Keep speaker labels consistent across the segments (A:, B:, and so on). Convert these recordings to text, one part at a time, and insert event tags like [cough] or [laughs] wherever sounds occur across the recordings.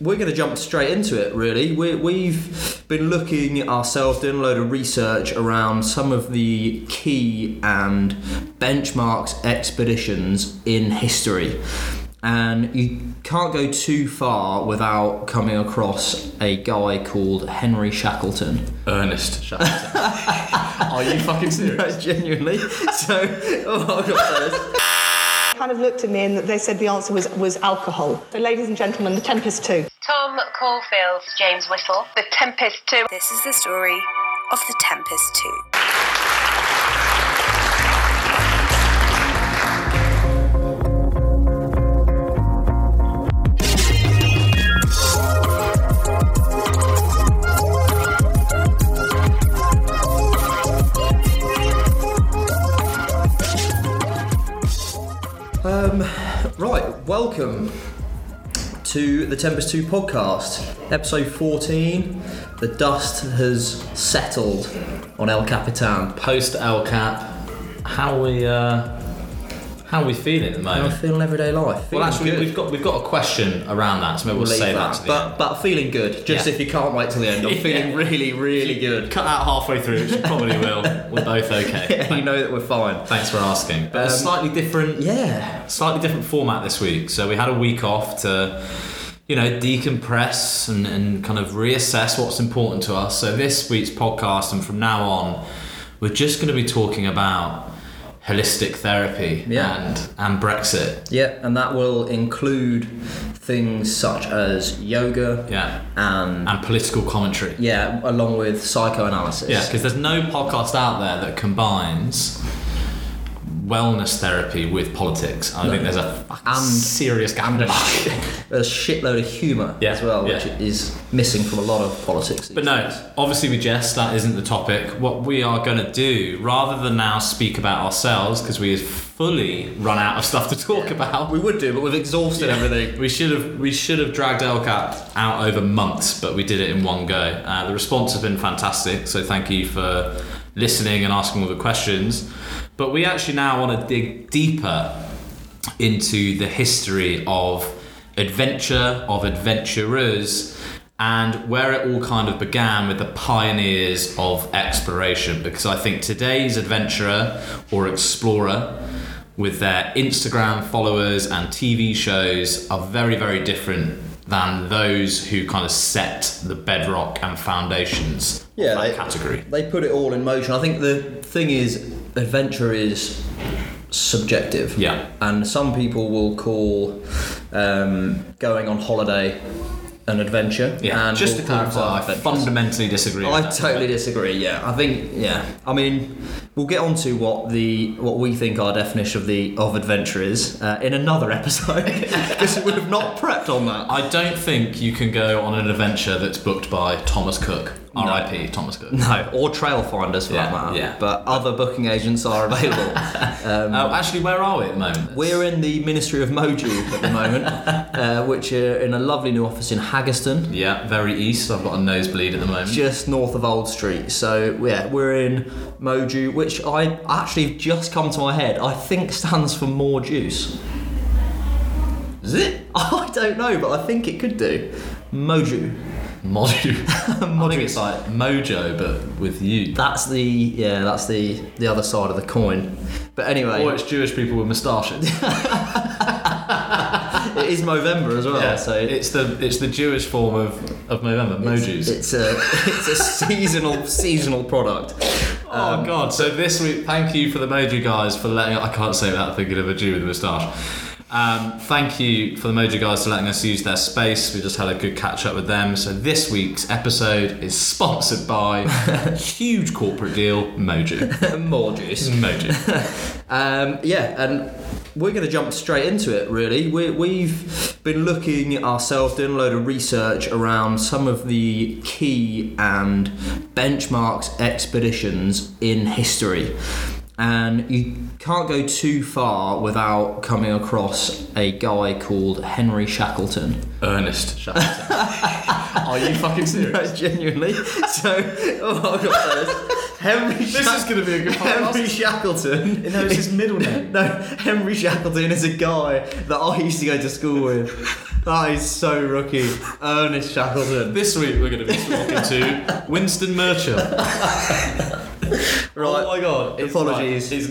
A: we're going to jump straight into it, really. We, we've been looking ourselves, doing a load of research around some of the key and benchmarks expeditions in history. And you can't go too far without coming across a guy called Henry Shackleton.
B: Ernest
A: [laughs]
B: Shackleton. Are you fucking serious?
A: Genuinely. So, [laughs] oh, I've got this.
C: kind of looked at me and they said the answer was, was alcohol. So, ladies and gentlemen, The Tempest 2.
D: Tom Caulfield's James Whittle, The Tempest 2.
E: This is the story of The Tempest 2.
A: Right, welcome to the Tempest 2 podcast, episode 14. The dust has settled on El Capitan.
B: Post L Cap, how we uh, how we feeling at the
A: I'm
B: moment?
A: feeling everyday life.
B: Well,
A: Feeling
B: actually,
A: good.
B: we've got we've got a question around that, so maybe we'll
A: Leave
B: say that.
A: that.
B: to the
A: but but feeling good. Just
B: Yeah.
A: if you can't wait till the end, I'm
B: [laughs] Yeah.
A: feeling really really
B: end. [laughs]
A: good. [laughs]
B: cut out halfway through, which you probably will. We're both okay.
A: Yeah, you know that we're fine.
B: Thanks for asking. But a
A: Um,
B: slightly different,
A: Yeah,
B: slightly different format this week. So we had a week off to, you know, decompress and, and kind of reassess what's important to us. So this week's podcast and from now on, we're just going to be talking about holistic therapy
A: Yeah.
B: and and Brexit.
A: yeah, and that will include things such as yoga
B: Yeah.
A: and
B: And political commentary.
A: yeah, along with psychoanalysis.
B: Yeah, because there's no podcast out there that combines wellness therapy with politics. I think there's a fucking
A: And-
B: serious gap in the market.
A: a shitload of humour
B: Yeah,
A: as well, which
B: yeah.
A: is missing from a lot of politics. these
B: But
A: days.
B: no, obviously we jest, that isn't the topic. What we are going to do, rather than now speak about ourselves, because we have fully run out of stuff to talk about,
A: we would do, but we've exhausted everything.
B: we should have we should have dragged LCAT out over months, but we did it in one go. Uh, the response has been fantastic, so thank you for listening and asking all the questions. But we actually now want to dig deeper into the history of adventure, of adventurers, and where it all kind of began with the pioneers of exploration. Because I think today's adventurer or explorer, with their Instagram followers and TV shows, are very, very different than those who kind of set the bedrock and foundations
A: Yeah,
B: of that
A: they-
B: category.
A: They put it all in motion. I think the thing is, adventure is subjective.
B: Yeah.
A: And some people will call um, going on holiday an adventure.
B: Yeah,
A: And
B: just
A: will
B: to
A: call
B: clarify, I
A: it adventurous.
B: fundamentally disagree. with
A: Oh, I
B: that.
A: totally disagree. Yeah, I think yeah. I mean, we'll get on to what the what we think our definition of the of adventure is uh, in another episode [laughs] because we have not prepped on that.
B: I don't think you can go on an adventure that's booked by Thomas Cook. R.I.P. Thomas Cook. Oh,
A: No, or trail finders for that
B: Yeah,
A: matter.
B: yeah.
A: But other booking agents are
B: [laughs]
A: available.
B: Oh, actually, where are we at the moment?
A: Um, We're in the Ministry of Mojo at the moment, uh, which are in a lovely new office in Haggerston,
B: yeah, very east. I've got a nosebleed at the moment.
A: just north of Old Street. So yeah, we're in Mojo, which I actually just come to my head. I think stands for more juice. Is it? [laughs] I don't know, but I think it could do. [laughs] Mojo.
B: [laughs] Mojo. I think it's like Mojo, but with you.
A: That's the yeah. That's the the other side of the coin. But anyway,
B: Or it's Jewish people
A: [laughs]
B: with moustaches.
A: it is Movember as well. so
B: it's the it's the Jewish form of of November. Mojos.
A: it's a [laughs] it's a seasonal seasonal product.
B: oh God! So this week, thank you for the Mojo guys for letting. I can't say that thinking of a Jew with a moustache. Um, thank you for the Mojo guys for letting us use their space. We just had a good catch up with them. So this week's episode is sponsored [laughs] by huge corporate deal Mojo.
A: More juice.
B: Mojo.
A: Um, yeah, and we're going to jump straight into it, really. We, we've been looking ourselves, doing a load of research around some of the key and benchmarks expeditions in history. And you can't go too far without coming across a guy called Henry Shackleton.
B: Ernest Shackleton. Are
A: [laughs]
B: you fucking serious?
A: Genuinely. So, oh, I've got this. Henry
B: This is going to be a good
A: Henry
B: podcast.
A: Shackleton. [laughs]
B: No, it's his middle name.
A: No, Henry Shackleton is a guy that I used to go to school with. That is so rookie. Ernest Shackleton.
B: [laughs] This week we're going to be talking to Winston Merchant.
A: Right.
B: Oh my god! it's
A: Apologies.
B: like- his [laughs]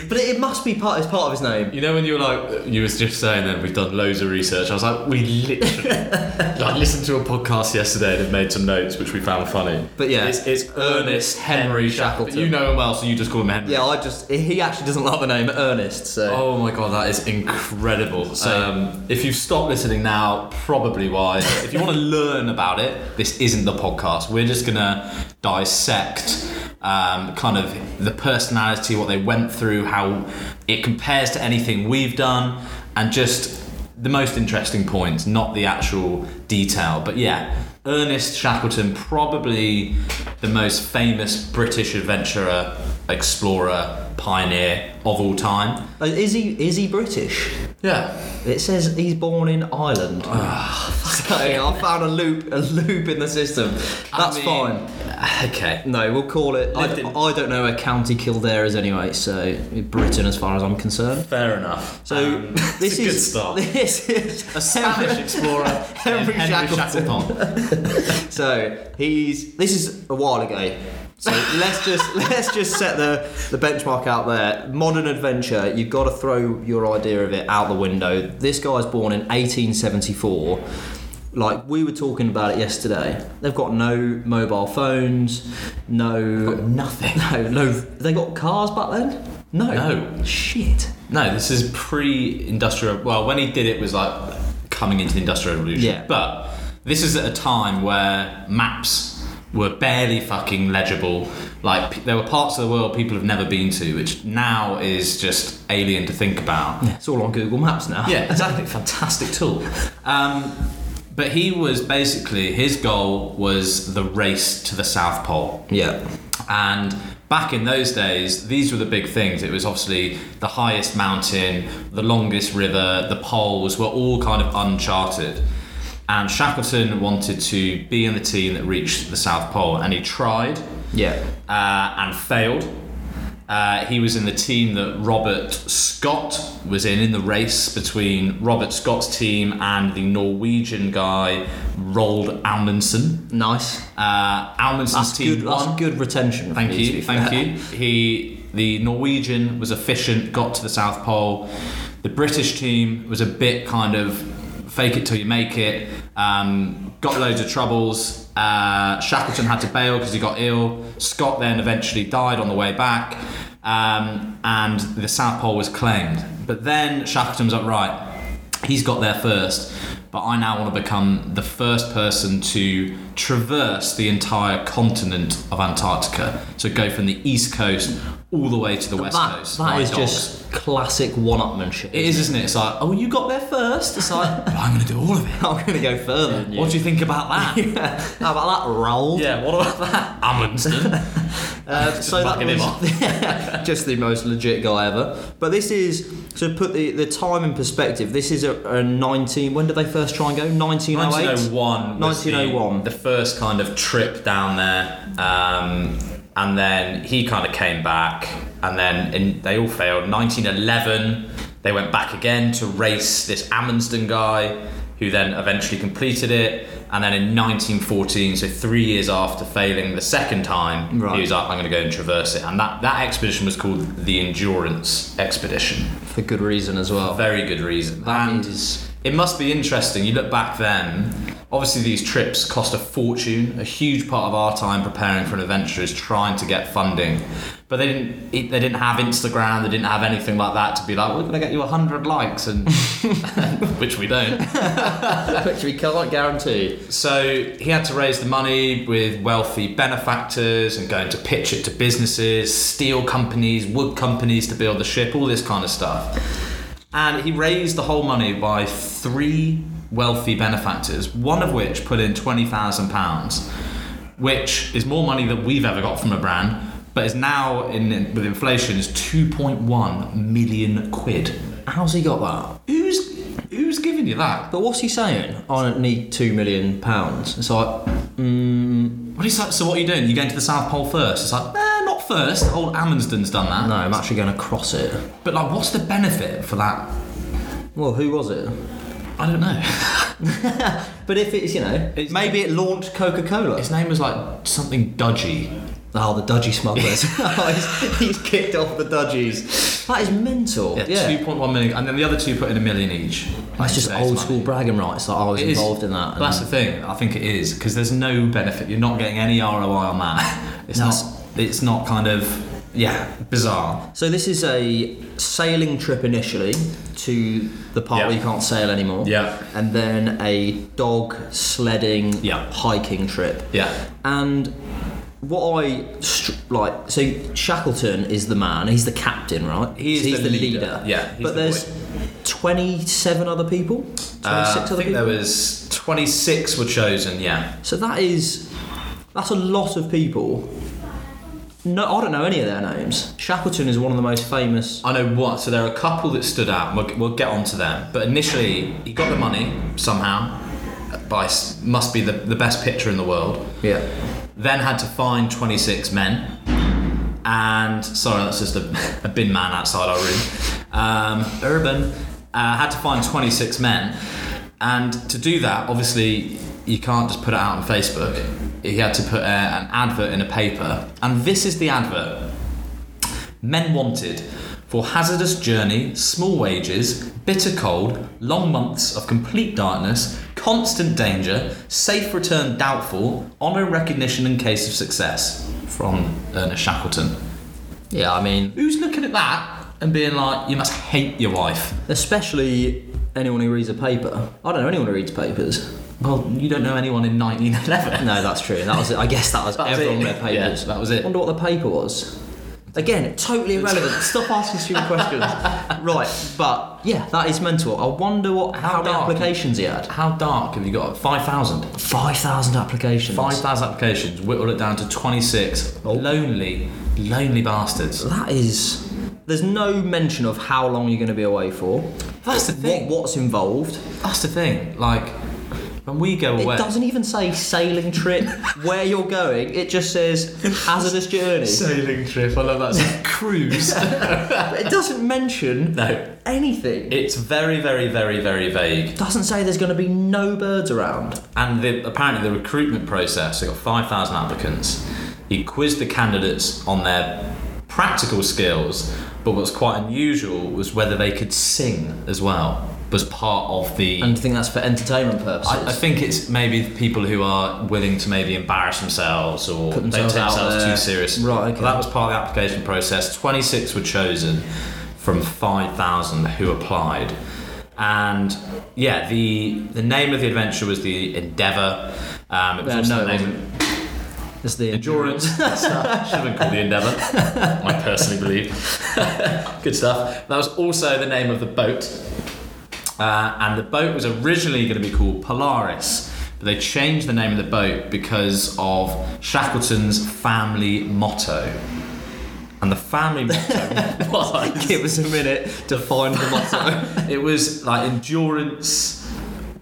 B: name-
A: But it must be part. It's part of his name.
B: you know when you were like you was just saying then we've done loads of research. I was like we literally. I listened to a podcast yesterday and had made some notes which we found funny.
A: But yeah,
B: it's, it's Ernest Henry Shackleton. You know him well, so you just call him Henry.
A: Yeah, I just he actually doesn't like the name Ernest. So
B: Oh my god, that is incredible. So, um, if you stop listening now, probably why. if you want to learn about it, this isn't the podcast. We're just gonna dissect um, kind of the personality, what they went through, how it compares to anything we've done, and just the most interesting points, not the actual detail. But yeah, Ernest Shackleton, probably the most famous British adventurer, explorer, pioneer of all time.
A: Uh, is he is he British?
B: Yeah.
A: It says he's born in Ireland.
B: Ah,
A: [laughs] so I found a loop a loop in the system. That's fine.
B: Okay.
A: No, we'll call it. I,
B: Lived in-
A: I don't know where County Kildare is anyway, so Britain, as far as I'm concerned.
B: Fair enough.
A: So
B: [laughs]
A: [laughs]
B: Um,
A: this
B: it's a good
A: is [laughs]
B: start.
A: this is
B: [laughs] a
A: [laughs]
B: Spanish explorer, [laughs]
A: Henry Shackleton. So he's this is a while ago. So let's just [laughs] let's just set the the benchmark out there. Modern adventure, you've got to throw your idea of it out the window. This guy's born in 1874. Like we were talking about it yesterday. They've got no mobile phones, no nothing. [laughs] No, no. They got cars back then. No.
B: No.
A: Shit.
B: No, this is pre-industrial. Well, when he did it was like coming into the industrial revolution.
A: Yeah.
B: But this is at a time where maps were barely fucking legible. Like p- there were parts of the world people have never been to, which now is just alien to think about.
A: It's all on Google Maps now.
B: Yeah, exactly. Fantastic tool. Um, but he was basically his goal was the race to the South Pole.
A: [laughs] Yeah.
B: And back in those days, these were the big things. It was obviously the highest mountain, the longest river, the poles were all kind of uncharted. And Shackleton wanted to be in the team that reached the South Pole, and he tried
A: Yeah.
B: uh, and failed. Uh, he was in the team that Robert Scott was in, in the race between Robert Scott's team and the Norwegian guy, Roald Amundsen.
A: Nice.
B: Uh, Amundsen's
A: That's
B: team
A: good,
B: won.
A: that's good retention.
B: Thank you, thank you. He, the Norwegian, was efficient, got to the South Pole. The British team was a bit kind of fake it till you make it. Um, got loads of troubles. Uh, Shackleton had to bail because he got ill. Scott then eventually died on the way back, um, and the South Pole was claimed. But then Shackleton was like, right, he's got there first but i now want to become the first person to traverse the entire continent of antarctica so go from the east coast all the way to the west
A: That,
B: coast
A: that
B: like
A: is
B: dogs.
A: just classic one-upmanship.
B: it is isn't it it's like oh you got there first
A: [laughs]
B: it's like "Well, i'm going to do all of it
A: I'm going to go further than you.
B: what do you think
A: [laughs]
B: about that
A: How about that roll?
B: what about that amundsen
A: [laughs] Uh,
B: [laughs]
A: so that
B: bugging him
A: was [laughs] just the most legit guy ever. But this is to put the, the time in perspective. This is a, a 19. When did they first try and go? 1908.
B: 1901 was the-
A: 1901.
B: The, first kind of trip down there. Um, and then he kind of came back. And then in, they all failed. 1911, they went back again to race this Amundsen guy, who then eventually completed it. And then in 1914, so three years after failing the second time,
A: Right.
B: he was like, I'm going to go and traverse it. And that, that expedition was called the Endurance Expedition.
A: For good reason as well.
B: Very good reason.
A: That
B: and
A: is-
B: it must be interesting. You look back then. Obviously, these trips cost a fortune. A huge part of our time preparing for an adventure is trying to get funding. But they didn't. They didn't have Instagram. They didn't have anything like that to be like, we're going to get you hundred likes, and [laughs] which we don't.
A: Which we can't guarantee.
B: So he had to raise the money with wealthy benefactors and going to pitch it to businesses, steel companies, wood companies to build the ship, all this kind of stuff. And he raised the whole money by three wealthy benefactors, one of which put in £20,000, which is more money than we've ever got from a brand, but is now, in with inflation, is 2.1 million quid.
A: How's he got that?
B: Who's, who's giving you that?
A: But what's he saying? I don't need two million pounds. It's like
B: But he's like, so what are you doing? You going to the South Pole first? It's like, eh, not first. Old Amundsen's done that.
A: no, I'm actually going to cross it.
B: But like, what's the benefit for that?
A: Well, who was it?
B: I don't know. [laughs]
A: But if it's, you know,
B: It's-
A: maybe it launched Coca Cola.
B: His name was like something dudgy.
A: Oh, the dodgy smugglers. [laughs] oh, he's, he's kicked off the dodgies. That is mental. Yeah.
B: Two point one million, and then the other two put in a million each.
A: That's just
B: Today's
A: old
B: money.
A: school bragging rights. Like I was
B: It is-
A: involved in that.
B: But that's the thing. I think it is because there's no benefit. You're not getting any ROI on that. [laughs] It's
A: No.
B: not. It's not kind of yeah bizarre.
A: So this is a sailing trip initially to the part
B: Yeah.
A: where you can't sail anymore.
B: Yeah.
A: And then a dog sledding
B: Yeah.
A: hiking trip.
B: Yeah.
A: And what I str- like so Shackleton is the man. He's the captain, right?
B: He is
A: So he's
B: the
A: the,
B: leader. Yeah, he's
A: But
B: the
A: there's
B: boy.
A: 27 other people. 26
B: Uh, I
A: other
B: think
A: people.
B: there was 26 were chosen. Yeah.
A: So that is that's a lot of people. No, I don't know any of their names. Shackleton is one of the most famous.
B: I know what. So there are a couple that stood out. and We'll, we'll get on to them. But initially, he got the money somehow. By s- must be the, the best pitcher in the world.
A: Yeah.
B: Then had to find 26 men. And sorry, that's just a, [laughs] a bin man outside our room. Um, urban uh, had to find 26 men. And to do that, obviously, you can't just put it out on Facebook. He had to put uh, an advert in a paper. And this is the advert. Men wanted for hazardous journey, small wages, bitter cold, long months of complete darkness, constant danger, safe return doubtful, honour recognition in case of success. From Ernest Shackleton.
A: Yeah, I mean,
B: Who's looking at that and being like, you must hate your wife?
A: especially anyone who reads a paper. I don't know anyone who reads papers.
B: Well, you don't know anyone in 1911.
A: No, that's true. That was I guess that was
B: That was
A: everyone
B: it.
A: read papers.
B: Yeah, that was it.
A: Wonder what the paper was. Again, totally irrelevant. Stop asking
B: [laughs]
A: stupid questions. Right, but yeah, that is mental. I wonder what how,
B: How
A: many
B: dark?
A: applications he had.
B: How dark have you got? 5,000.
A: Five thousand applications.
B: 5,000 applications, whittled it down to 26
A: Oh.
B: lonely, lonely bastards.
A: That is. There's no mention of how long you're going to be away for.
B: That's the thing.
A: What, what's involved?
B: That's the thing. Like when we go
A: It
B: away,
A: doesn't even say sailing trip, where you're going. It just says hazardous
B: [laughs]
A: journey.
B: sailing trip. I love that [laughs] cruise.
A: But it doesn't mention
B: no,
A: anything. It
B: it's very, very, very, very vague.
A: doesn't say there's going to be no birds around.
B: And the, apparently, the recruitment process. They got five thousand applicants. He quizzed the candidates on their practical skills, but what's quite unusual was whether they could sing as well. Was part of the
A: And I think that's for entertainment purposes.
B: I, I think it's maybe the people who are willing to maybe embarrass themselves or
A: Put
B: they take
A: themselves out
B: themselves
A: there.
B: too seriously.
A: Right, okay.
B: That was part of the application process. 26 were chosen from 5,000 who applied. And yeah, the the name of the adventure was the Endeavour. Um, it was
A: Yeah,
B: also
A: no,
B: the
A: it
B: name-
A: it's the [laughs]
B: Endurance. That's not- Should have been called the Endeavour. I personally believe. [laughs] Good stuff. That was also the name of the boat. Uh, and the boat was originally going to be called Polaris, but they changed the name of the boat because of Shackleton's family motto. And the family motto [laughs] was
A: Give us a minute to find the
B: [laughs]
A: motto.
B: it was like endurance.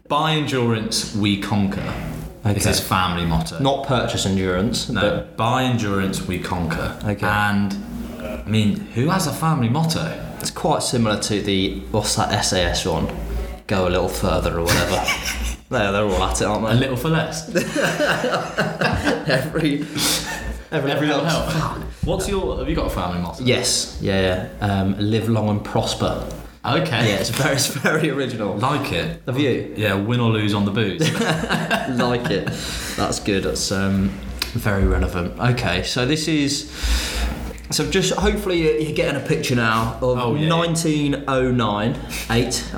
B: By endurance, we conquer. It's
A: Okay.
B: his family motto.
A: Not purchase endurance.
B: No, by endurance we conquer.
A: Okay.
B: And I mean, who has a family motto?
A: But it's quite similar to the what's that SAS one? Go a little further or whatever.
B: [laughs]
A: they're, they're all at it, aren't they?
B: A little
A: [laughs]
B: for less.
A: every every,
B: Every little
A: helps.
B: help. What's your? Have you got a family motto?
A: Yes, yeah, yeah. Um, live long and prosper.
B: Okay.
A: Yeah, it's very, it's very original.
B: Like it.
A: Have you
B: Yeah. Win or lose on
A: [laughs]
B: the boots.
A: like it? That's good. That's um, very relevant. Okay, so this is. So just hopefully you're- you're getting a picture now of
B: Oh, yeah.
A: 1909, 8, 05,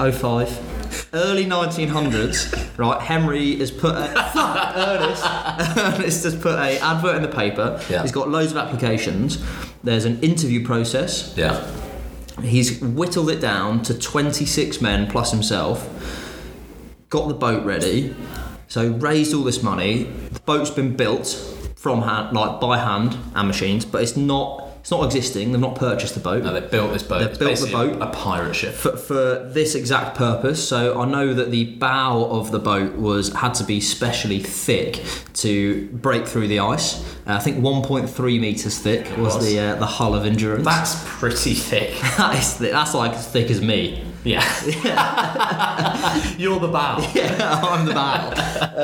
A: early 1900s. right, Henry has put a [laughs] fuck, Ernest, Ernest has put a advert in the paper.
B: Yeah.
A: He's got loads of applications. There's an interview process.
B: yeah.
A: He's whittled it down to 26 men plus himself, got the boat ready, so raised all this money. The boat's been built from hand, like by hand and machines, but it's not it's not existing. They've not purchased the boat
B: No, they built this boat.
A: They
B: It's
A: built the
B: basically
A: boat.
B: A pirate ship.
A: for, for this exact purpose. So I know that the bow of the boat was had to be specially thick to break through the ice. Uh, I think 1.3 meters thick was,
B: was.
A: [laughs] the uh, the hull of endurance.
B: That's pretty thick.
A: that is thi- that's like as thick as me. [laughs]
B: Yeah. You're the bow.
A: Yeah, I'm the man.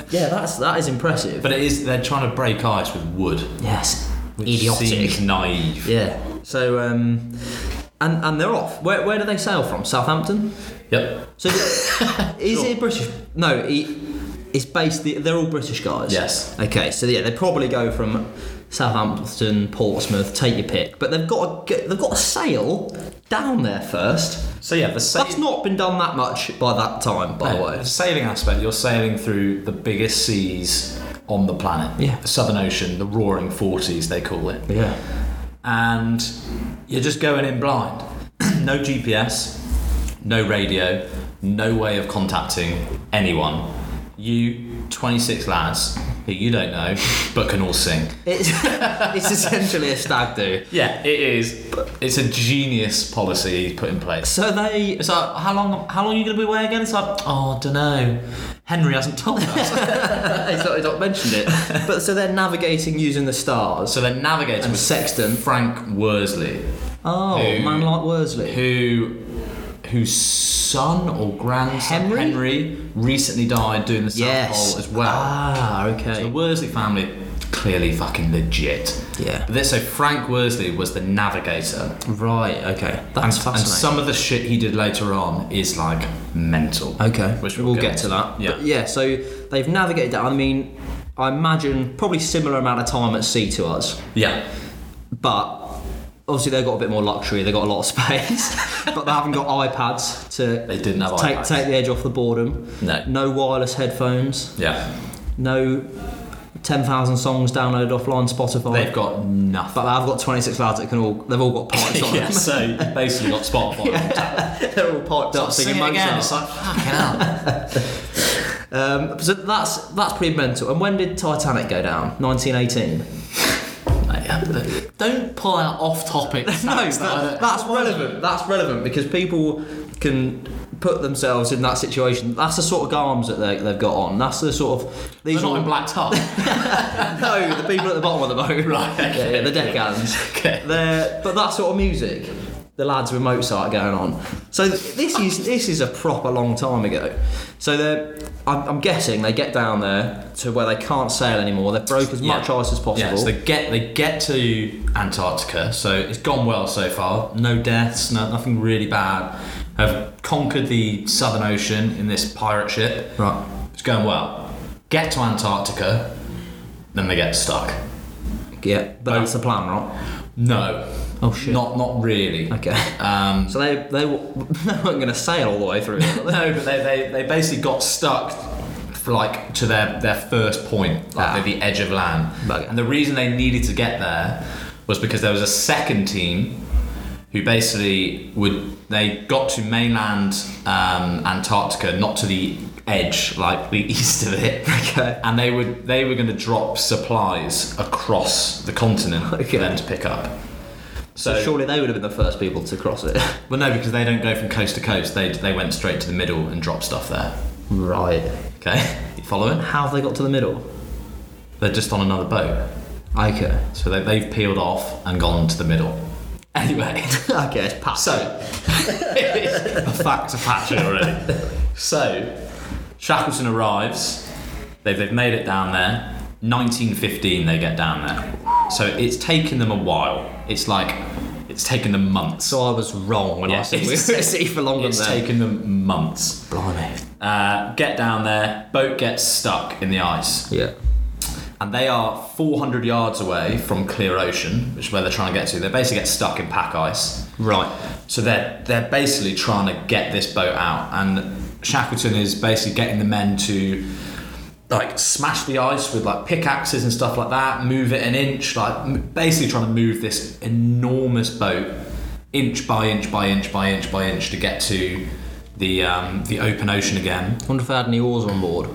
A: um, yeah, that's that is impressive.
B: But it is they're trying to break ice with wood.
A: yes,
B: Which
A: idiotic.
B: seems naive.
A: Yeah. So um, and and they're off. Where where do they sail from? Southampton.
B: Yep.
A: So
B: [laughs]
A: is it British? No, he, it's based. They're all British guys.
B: Yes.
A: Okay, so yeah, they probably go from Southampton, Portsmouth, take your pick. But they've got to get, they've got to sail down there first.
B: So yeah, the sa-
A: That's not been done that much by that time, by the
B: No,
A: way.
B: the sailing aspect. You're sailing through the biggest seas on the planet.
A: Yeah.
B: The Southern Ocean, the Roaring Forties, they call it.
A: Yeah.
B: and you're just going in blind. [clears throat] no GPS, no radio, no way of contacting anyone. You, 26 lads who you don't know but can all sing.
A: It's, it's essentially a stag do.
B: Yeah, it is. It's a genius policy he's put in place.
A: So they
B: It's like, how long? How long are you going to be away again? It's like, oh, don't know. Henry hasn't told us.
A: He's not, he's not mentioned it. [laughs] But so they're navigating using the stars.
B: so they're navigating
A: And
B: with
A: Sexton.
B: Frank Worsley,
A: Oh,
B: Who-
A: man like Worsley.
B: who whose son or grandson
A: Henry?
B: recently died doing the South
A: yes.
B: Pole as well.
A: Ah, okay.
B: The Worsley family clearly fucking legit.
A: Yeah.
B: But this, so Frank Worsley was the navigator.
A: right. Okay.
B: And,
A: That's
B: and
A: fascinating.
B: some of the shit he did later on is like mental.
A: Okay,
B: Which
A: we'll,
B: we'll,
A: get, to that.
B: Yeah.
A: But yeah, so they've navigated that. I mean, I imagine probably similar amount of time at sea to us,
B: yeah.
A: but obviously they've got a bit more luxury. They've got a lot of [laughs] space, but they haven't got iPads to
B: They didn't have
A: take
B: iPads.
A: take the edge off the boredom.
B: No.
A: no wireless headphones.
B: Yeah.
A: No. 10,000 songs downloaded offline Spotify.
B: They've got
A: But
B: nothing.
A: I've got 26 lads that can all, they've all got pipes [laughs]
B: [laughs]
A: on
B: yeah, so basically got Spotify.
A: They're all piped up
B: Sing
A: singing
B: it again.
A: Mozart.
B: It's like fucking hell.
A: Um, so that's, that's pretty mental. And when did Titanic go down? 1918.
B: Like, yeah. [laughs] Don't pull out
A: [laughs]
B: off-topic.
A: No,
B: facts that
A: that,
B: are-
A: that's relevant. That's relevant because people can put themselves in that situation. That's the sort of garms that they, they've got on. That's the sort of these
B: They're not
A: are
B: in black
A: [laughs]
B: top. [laughs]
A: no the people at the bottom of the boat,
B: Right, okay,
A: yeah, [laughs] the
B: okay.
A: deckhands.
B: [laughs] Okay.
A: They're, but that sort of music, the lads with Mozart going on. So this is this is a proper long time ago. So they're, I'm, I'm guessing they get down there to where they can't sail anymore. They've broke as much
B: Yeah.
A: ice as possible.
B: Yeah, so they get they get to Antarctica, so it's gone well so far. No deaths, no, nothing really bad. Have conquered the Southern Ocean in this pirate ship.
A: Right.
B: It's going well. Get to Antarctica, then they get stuck.
A: yeah, but
B: Oh.
A: that's the plan, right?
B: No.
A: Oh, shit.
B: Not not really.
A: Okay.
B: Um,
A: So they they, w- [laughs] they weren't going to sail all the way
B: [laughs]
A: through. were they?
B: no, but they, they, they basically got stuck for, like to their, their first point, like
A: Ah.
B: at the edge of land.
A: Bugger.
B: And the reason they needed to get there was because there was a second team who basically would they got to mainland um, Antarctica, not to the edge, like the [laughs] east of it.
A: Okay.
B: And they would they were going to drop supplies across the continent
A: Okay.
B: for them to pick up. So,
A: Surely they would have been the first people to cross it. [laughs]
B: well, no, because they don't go from coast to coast. They they went straight to the middle and dropped stuff there.
A: right.
B: Okay, [laughs] you following?
A: How have they got to the middle?
B: They're just on another boat.
A: Okay.
B: So they, they've peeled off and gone to the middle. [laughs] Anyway,
A: [laughs] okay, it's past. [laughs]
B: so a fact of patching already. So Shackleton arrives, they've, they've made it down there. 1915 they get down there. So it's taken them a while. It's like, it's taken them months.
A: so I was wrong when I [laughs]
B: Yeah,
A: said we were
B: it's-
A: at sea for longer
B: it's
A: than
B: taken them months.
A: Blimey.
B: Uh, get down there, boat gets stuck in the ice.
A: Yeah.
B: and they are 400 yards away from clear ocean, which is where they're trying to get to. They basically get stuck in pack ice.
A: Right.
B: So they're they're basically trying to get this boat out, and Shackleton is basically getting the men to like smash the ice with like pickaxes and stuff like that, move it an inch, like m- basically trying to move this enormous boat inch by inch by inch by inch by inch to get to the um, the open ocean again.
A: Wonder if they had any oars on board.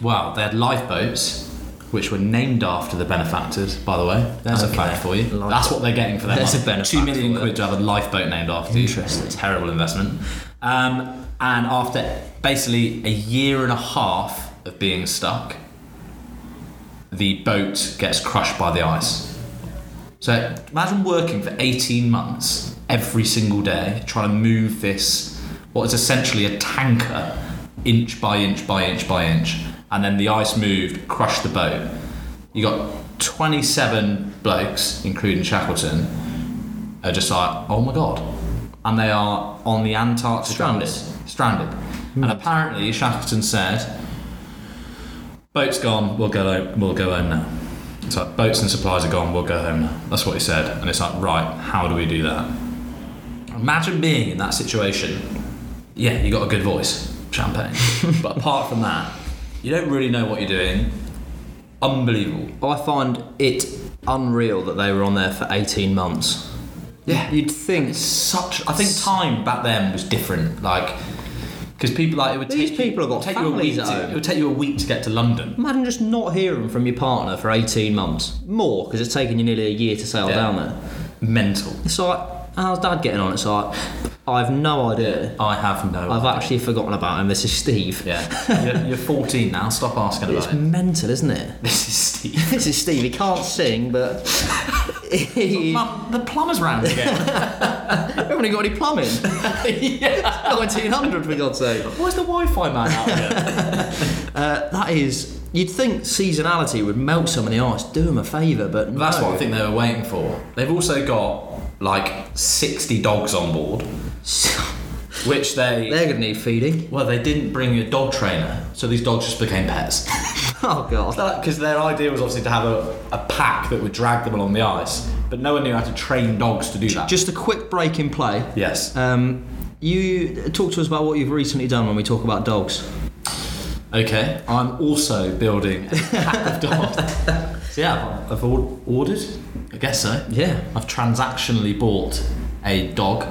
B: Well, they had lifeboats, which were named after the benefactors, by the way. There's a
A: Okay.
B: fact for you.
A: Lifeboat.
B: That's what they're getting for their
A: There's
B: money.
A: a benefactor
B: Two million
A: there.
B: quid to have a lifeboat named after you.
A: Interesting.
B: Terrible investment. Um, and after basically a year and a half of being stuck, the boat gets crushed by the ice. So imagine working for 18 months every single day trying to move this what is essentially a tanker, inch by inch by inch by inch, and then the ice moved, crushed the boat. You got 27 blokes, including Shackleton, are just like, oh my god, and they are on the Antarctic
A: Stranded.
B: ice. stranded. And apparently, Shackleton said, "Boat's gone. We'll go. Home, we'll go home now." It's like boats and supplies are gone. We'll go home now. That's what he said. And it's like, right, how do we do that? Imagine being in that situation. Yeah, you got a good voice, champagne. but apart from that, you don't really know what you're doing. Unbelievable.
A: I find it unreal that they were on there for 18 months.
B: Yeah.
A: You'd think
B: Such. I think time back then was different. Like, because people like it would
A: These
B: take
A: people have
B: you,
A: got
B: take you a
A: families
B: week.
A: at
B: To,
A: home.
B: it would take you a week to get to London.
A: Imagine just not hearing from your partner for 18 months. More, because it's taken you nearly a year to sail
B: Yeah.
A: down there.
B: Mental.
A: It's like, how's dad getting on? It's like, I've no idea.
B: I have no.
A: I've
B: idea.
A: actually forgotten about him. This is Steve. [laughs]
B: Yeah. you're, you're 14 now. Stop asking
A: It's
B: about it.
A: mental, isn't it?
B: [laughs] This is Steve.
A: This is Steve. He can't sing, but
B: [laughs]
A: he [laughs]
B: Mum, the plumber's round again.
A: haven't even got any plumbing.
B: [laughs]
A: [laughs]
B: yeah.
A: 1900, for God's sake.
B: [laughs] Where's the Wi-Fi man
A: [laughs]
B: out here?
A: That is, you'd think seasonality would melt oh, some of the ice, do him a favour, but no.
B: That's what I think they were waiting for. They've also got like 60 dogs on board, which
A: [laughs]
B: they
A: They're gonna need feeding. [laughs]
B: well they didn't bring a dog trainer, so these dogs just became pets.
A: Oh god.
B: Because their idea was obviously to have a, a pack that would drag them along the ice, but no one knew how to train dogs to do that.
A: Just a quick break in play.
B: yes.
A: Um, you talk to us about what you've recently done when we talk about dogs.
B: Okay, I'm also building a pack of dogs. so yeah, I've, I've or- ordered. I guess so.
A: Yeah.
B: I've transactionally bought a dog.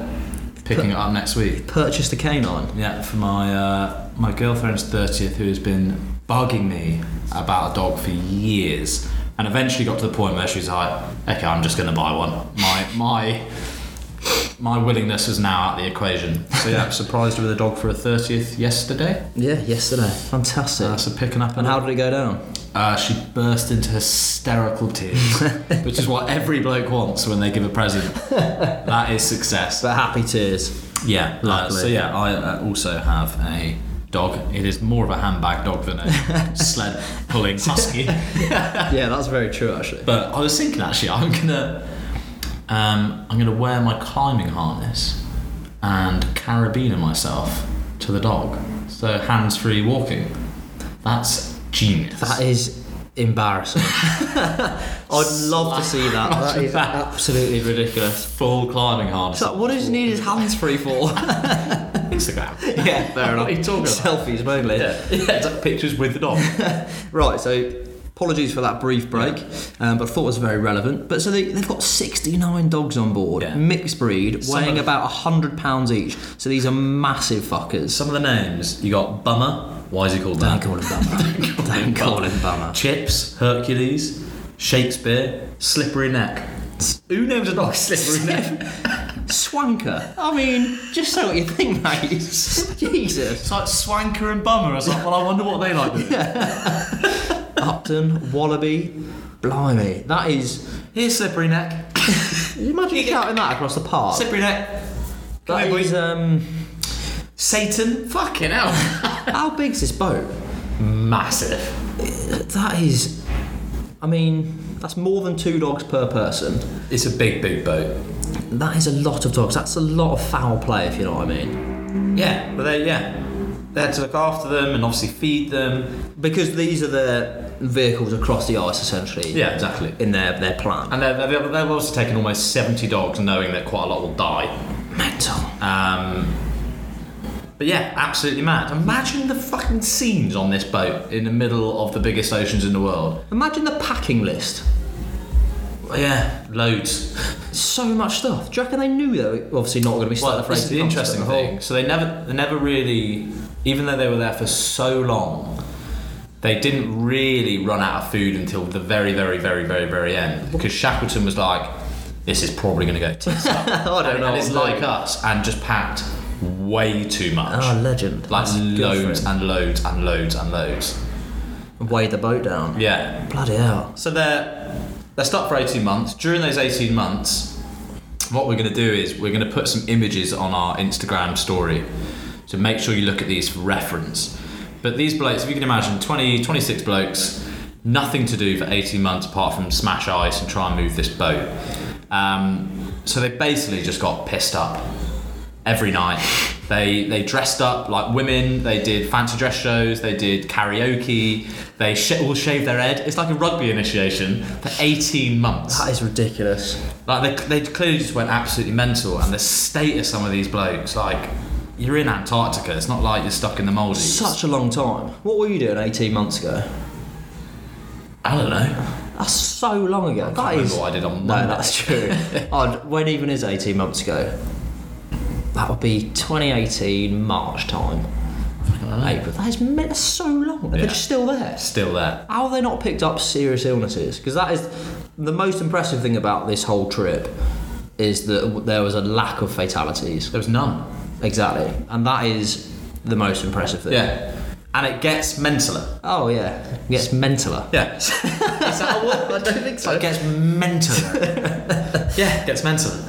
B: Picking it up next week.
A: Purchased a canine.
B: Yeah, for my uh, my girlfriend's thirtieth, who has been bugging me about a dog for years, and eventually got to the point where she's like, "Okay, I'm just going to buy one." My my my willingness is now out of the equation. So yeah, I surprised her with a dog for a thirtieth yesterday.
A: Yeah, yesterday. Fantastic.
B: That's a picking up.
A: and how did it go down?
B: Uh, she burst into hysterical [laughs] tears, which is what every bloke wants when they give a present. that is success.
A: But happy tears. [laughs]
B: Yeah, uh,
A: Lovely.
B: so yeah, I uh, also have a dog. It is more of a handbag dog than a [laughs] sled pulling husky.
A: Yeah, that's very true actually.
B: But I was thinking actually, I'm gonna, um, I'm gonna wear my climbing harness and carabiner myself to the dog, so hands-free walking. That's genius.
A: That is embarrassing. [laughs] I'd love to see [laughs] that. That is
B: that.
A: absolutely ridiculous.
B: full climbing harness.
A: It's like, what does he need his hands free for?
B: [laughs] Instagram.
A: [laughs] yeah, fair enough.
B: What are you talking about?
A: Selfies mainly.
B: Yeah, yeah, it's like pictures with the dog.
A: Right, so apologies for that brief break, um, but I thought it was very relevant. But so they, they've got 69 dogs on board,
B: Yeah.
A: mixed breed,
B: Some
A: weighing
B: of-
A: about 100 pounds each. So these are massive fuckers.
B: [laughs] Some of the names you got Bummer. Why is he called
A: Don't
B: that?
A: call him
B: [laughs]
A: bummer. Don't call him bummer.
B: Chips, Hercules, Shakespeare, Slippery Neck. Who names a dog Slippery [laughs] Neck?
A: Swanker. I mean, just say what you think, mate. [laughs] Jesus.
B: It's like Swanker and Bummer. I was like, well, I wonder what they like doing.
A: Upton, Wallaby, blimey. That is.
B: Here's Slippery Neck.
A: Imagine shouting that across the park.
B: Slippery Neck. Come
A: That
B: here,
A: is,
B: boy.
A: um,
B: Satan. Fucking hell.
A: how big's this boat?
B: Massive.
A: That is, I mean, that's more than two dogs per person.
B: It's a big, big boat.
A: That is a lot of dogs. That's a lot of foul play, if you know what I mean.
B: Yeah, but they, yeah. They had to look after them and obviously feed them.
A: Because these are their vehicles across the ice, essentially.
B: Yeah, exactly.
A: In their their plan.
B: And they're, they're, they've also taken almost 70 dogs, knowing that quite a lot will die.
A: Mental.
B: Um, but yeah, absolutely mad. Imagine the fucking scenes on this boat in the middle of the biggest oceans in the world.
A: Imagine the packing list.
B: Yeah, loads.
A: So much stuff. Do you reckon they knew they were obviously not going to be
B: Well,
A: starting
B: this is the interesting thing. So they never, they never really, even though they were there for so long, they didn't really run out of food until the very, very, very, very, very end. Because Shackleton was like, "This is probably going to go tits
A: [laughs]
B: up."
A: I don't
B: and,
A: know.
B: and it's
A: what I'm
B: like
A: doing.
B: us, and just packed way too much.
A: Ah, legend.
B: like
A: That's good
B: loads
A: for him.
B: and loads and loads and loads.
A: Weighed the boat down.
B: Yeah.
A: Bloody hell.
B: So they're they're stuck for eighteen months. During those eighteen months, what we're going to do is we're going to put some images on our Instagram story So make sure you look at these for reference. But these blokes, if you can imagine, 20, 26 blokes, nothing to do for 18 months apart from smash ice and try and move this boat. Um, so they basically just got pissed up every night. They they dressed up like women. They did fancy dress shows. They did karaoke. They sh- all shaved their head. It's like a rugby initiation for 18 months.
A: That is ridiculous.
B: Like they, they clearly just went absolutely mental. And the state of some of these blokes, like you're in Antarctica. It's not like you're stuck in the Maldives.
A: Such a long time. What were you doing 18 months ago?
B: I don't know.
A: That's so long ago. That
B: remember
A: is
B: what I did on
A: No,
B: Monday.
A: that's
B: [laughs]
A: true. Odd. When even is 18 months ago? That would be 2018 March time. April. That is me- that's so long. And They're
B: Yeah.
A: just still there.
B: Still there.
A: How have they not picked up serious illnesses? Because that is the most impressive thing about this whole trip is that w- there was a lack of fatalities.
B: There was none.
A: Exactly, and that is the most impressive thing.
B: Yeah. And it gets mentaler.
A: Oh yeah, gets mentaler.
B: Yeah. [laughs] Is that a word? [laughs] I don't think so. It gets [laughs] mentaler. yeah, gets mentaler.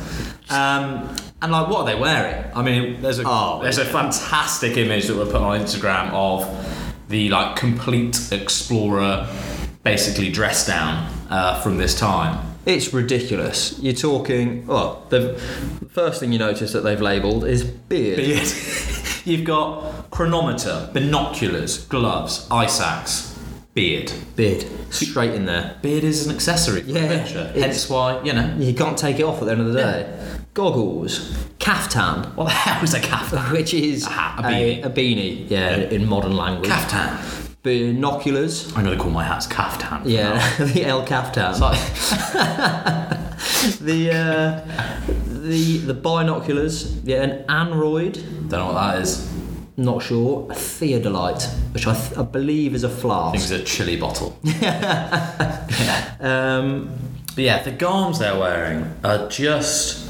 B: Um, and like, what are they wearing? I mean, there's a
A: Oh,
B: there's a fantastic image that were put on Instagram of the like complete explorer, basically dress down uh, from this time.
A: It's ridiculous. You're talking. Well, the first thing you notice that they've labelled is beard.
B: But yet, [laughs] you've got chronometer, binoculars, gloves, ice axe, beard.
A: Beard straight in there.
B: Beard is an accessory for
A: Yeah,
B: adventure.
A: it's-
B: Hence why you know
A: You can't take it off at the end of the day. Goggles, caftan,
B: what the hell is a [laughs] caftan?
A: [laughs] which is a,
B: hat, a beanie.
A: a beanie, Yeah, in modern language.
B: Caftan.
A: Binoculars.
B: I'm gonna call my hats caftan.
A: Yeah, [laughs] the El Caftan. the uh, the the binoculars. Yeah, an aneroid.
B: Don't know what that is.
A: Not sure. A theodolite, which I, th- I believe is a
B: It's
A: flask.
B: a chili [laughs] bottle.
A: Um,
B: but yeah, the garms they're wearing are just.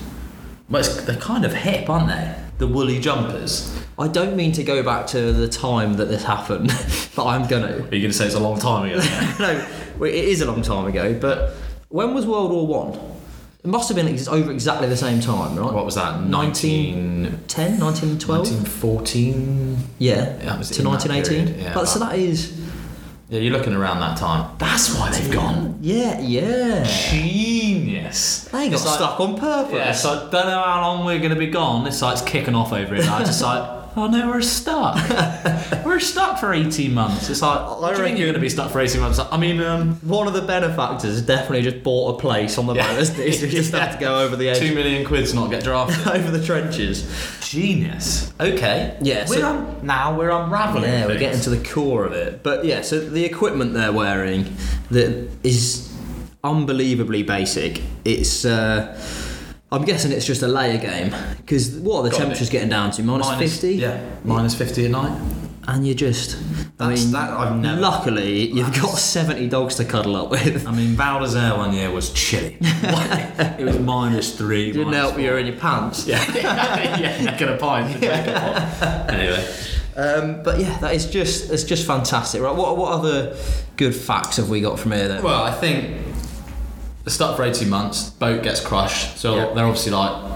B: Well, it's, they're kind of hip, aren't they? The woolly jumpers.
A: I don't mean to go back to the time that this happened, [laughs] but I'm gonna.
B: Are you going to say it's a long time [laughs] ago?
A: [laughs] no, well, it is a long time ago. But when was World War One? It must have been ex- over exactly the same time, right?
B: what was that? 19...
A: 1910, 1912?
B: 1914?
A: Yeah,
B: Yeah, it was
A: to
B: in that
A: 1918.
B: period, yeah,
A: but, so
B: that-
A: that is,
B: Yeah, you're looking around that time. That's why they've gone.
A: yeah, yeah.
B: Genius.
A: They got
B: It's like-
A: stuck on purpose.
B: Yeah, so I don't know how long we're going to be gone. This site's kicking off over here. And I
A: [laughs]
B: just like, oh no, we're stuck. we're stuck for 18 months. It's like, what do you
A: reckon-
B: think you're going to be stuck for 18 months? Like, I
A: [laughs]
B: mean, um,
A: One of the benefactors definitely just bought a place on the
B: [laughs] Yeah.
A: banners. He just had to go over the edge,
B: [laughs] two million quid to not
A: [laughs]
B: get drafted.
A: over the trenches.
B: Genius. Okay.
A: Yeah,
B: We're
A: so-
B: un- now we're unraveling.
A: Yeah, we're
B: things.
A: getting to the core of it. But yeah, so the equipment they're wearing that is unbelievably basic. It's. Uh, I'm guessing it's just a layer game because what are the
B: Gotta be.
A: temperatures getting down to? Minus
B: Minus-
A: 50?
B: Yeah, minus fifty at night.
A: And you're just. I
B: That's-
A: mean,
B: that I've never-
A: luckily, you've got 70 dogs to cuddle up
B: [laughs]
A: with.
B: I mean, Val d'Isere one year was chilly.
A: [laughs]
B: it was minus three.
A: Didn't
B: minus
A: help you're in your pants. Yeah.
B: [laughs] yeah, [laughs] neck and a
A: [laughs]
B: pint. anyway,
A: Um, but yeah, that is just it's just fantastic, right? What what other good facts have we got from here then?
B: well, I think the stuck for eighteen months. Boat gets crushed, so
A: Yeah.
B: they're obviously like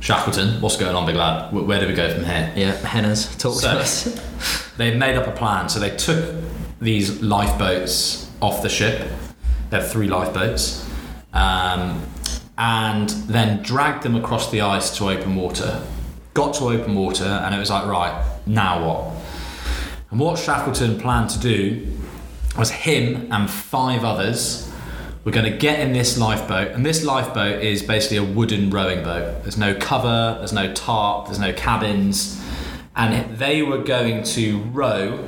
B: Shackleton. What's going on, big lad? Wh- Where do we go from here?
A: yeah, Henners, talk
B: So-
A: to us. [laughs]
B: They made up a plan. So they took these lifeboats off the ship. They have three lifeboats. Um, and then dragged them across the ice to open water. Got to open water, and it was like, right, now what? And what Shackleton planned to do was him and five others were going to get in this lifeboat. And this lifeboat is basically a wooden rowing boat. There's no cover, there's no tarp, there's no cabins. And they were going to row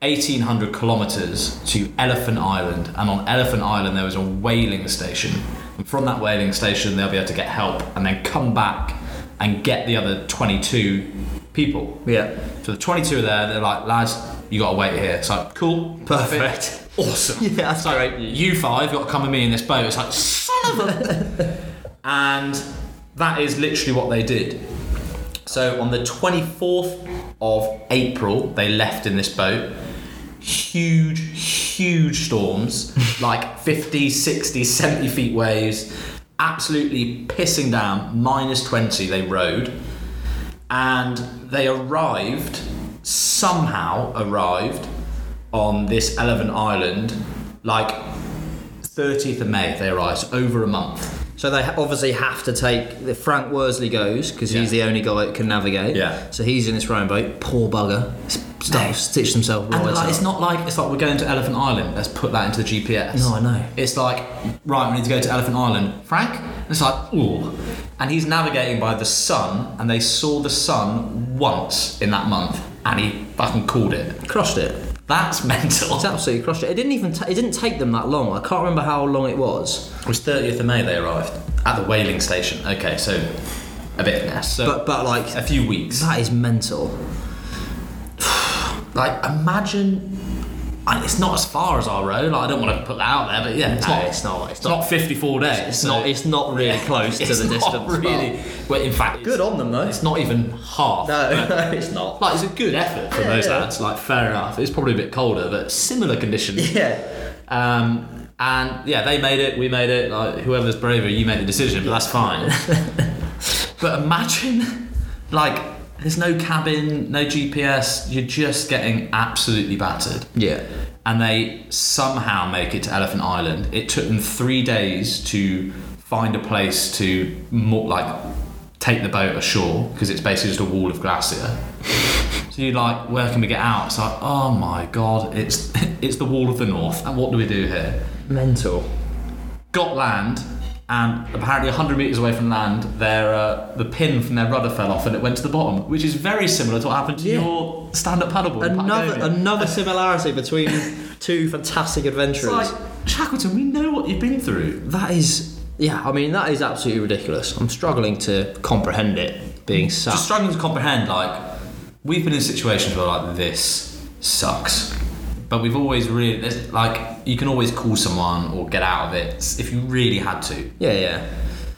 B: 1800 kilometers to Elephant Island. And on Elephant Island, there was a whaling station. And from that whaling station, they'll be able to get help and then come back and get the other 22 people.
A: Yeah.
B: So the 22 are there, they're like, lads, you gotta wait here. It's like, cool,
A: Perfect.
B: awesome.
A: [laughs] Yeah, that's great news.
B: You five got to come with me in this boat. It's like, son of a.
A: [laughs]
B: and that is literally what they did. So on the 24th of April, they left in this boat. Huge,
A: [laughs]
B: huge storms, like 50, 60, 70 feet waves, absolutely pissing down, minus 20 they rode. and they arrived somehow arrived on this elephant island like 30th of May they arrived so over a month
A: So they ha- obviously have to take the Frank Worsley goes because he's the
B: Yeah.
A: only guy that can navigate.
B: Yeah.
A: So he's in this rowing boat. Poor bugger. S- Stuff stitched himself right
B: and like,
A: up.
B: it's not like it's like we're going to Elephant Island let's put that into the GPS
A: No, I know.
B: it's like right we need to go to Elephant Island Frank and it's like ooh and he's navigating by the sun and they saw the sun once in that month and he fucking called it
A: crushed it.
B: that's [laughs] mental
A: It's absolutely crushed it. It didn't even. ta it didn't take them that long. I can't remember how long it was.
B: It was 30th of May they arrived at the whaling station. Okay, so a bit less. So
A: But but like
B: a few weeks.
A: that is mental.
B: Like imagine. I, it's not as far as our road. Like, I don't want to put that out there, but yeah, it's,
A: No,
B: not,
A: it's not, it's
B: It's not 54 days.
A: It's not. [laughs] It's not really close to the distance. but-
B: Really. Well, in fact, it's-
A: Good on them, though.
B: It's not even half.
A: No, [laughs]
B: but-
A: it's not.
B: Like, it's a good effort from those
A: Yeah.
B: lads. Like, fair enough. It's probably a bit colder, but similar conditions.
A: Yeah.
B: Um, and yeah, they made it, we made it. Like whoever's braver, you make the decision, but that's fine. [laughs] but imagine, like, there's no cabin, no GPS. You're just getting absolutely battered.
A: Yeah.
B: And they somehow make it to Elephant Island. It took them three days to find a place to more like take the boat ashore because it's basically just a wall of glacier. So you're like, where can we get out? It's like, oh my god, it's [laughs] it's the wall of the north. And what do we do here?
A: Mental.
B: Got land, and apparently 100 meters away from land, their uh, the pin from their rudder fell off and it went to the bottom, which is very similar to what happened to
A: Yeah.
B: your stand-up paddleboard. in
A: Another
B: Patagonia.
A: another similarity between two fantastic
B: It's
A: adventurers.
B: like Shackleton, we know what you've been through.
A: That is, yeah, I mean, that is absolutely ridiculous. I'm struggling to comprehend it being sat.
B: Just struggling to comprehend, like, we've been in situations where, like, this sucks. But we've always really, there's, like, you can always call someone or get out of it if you really had to.
A: yeah, yeah.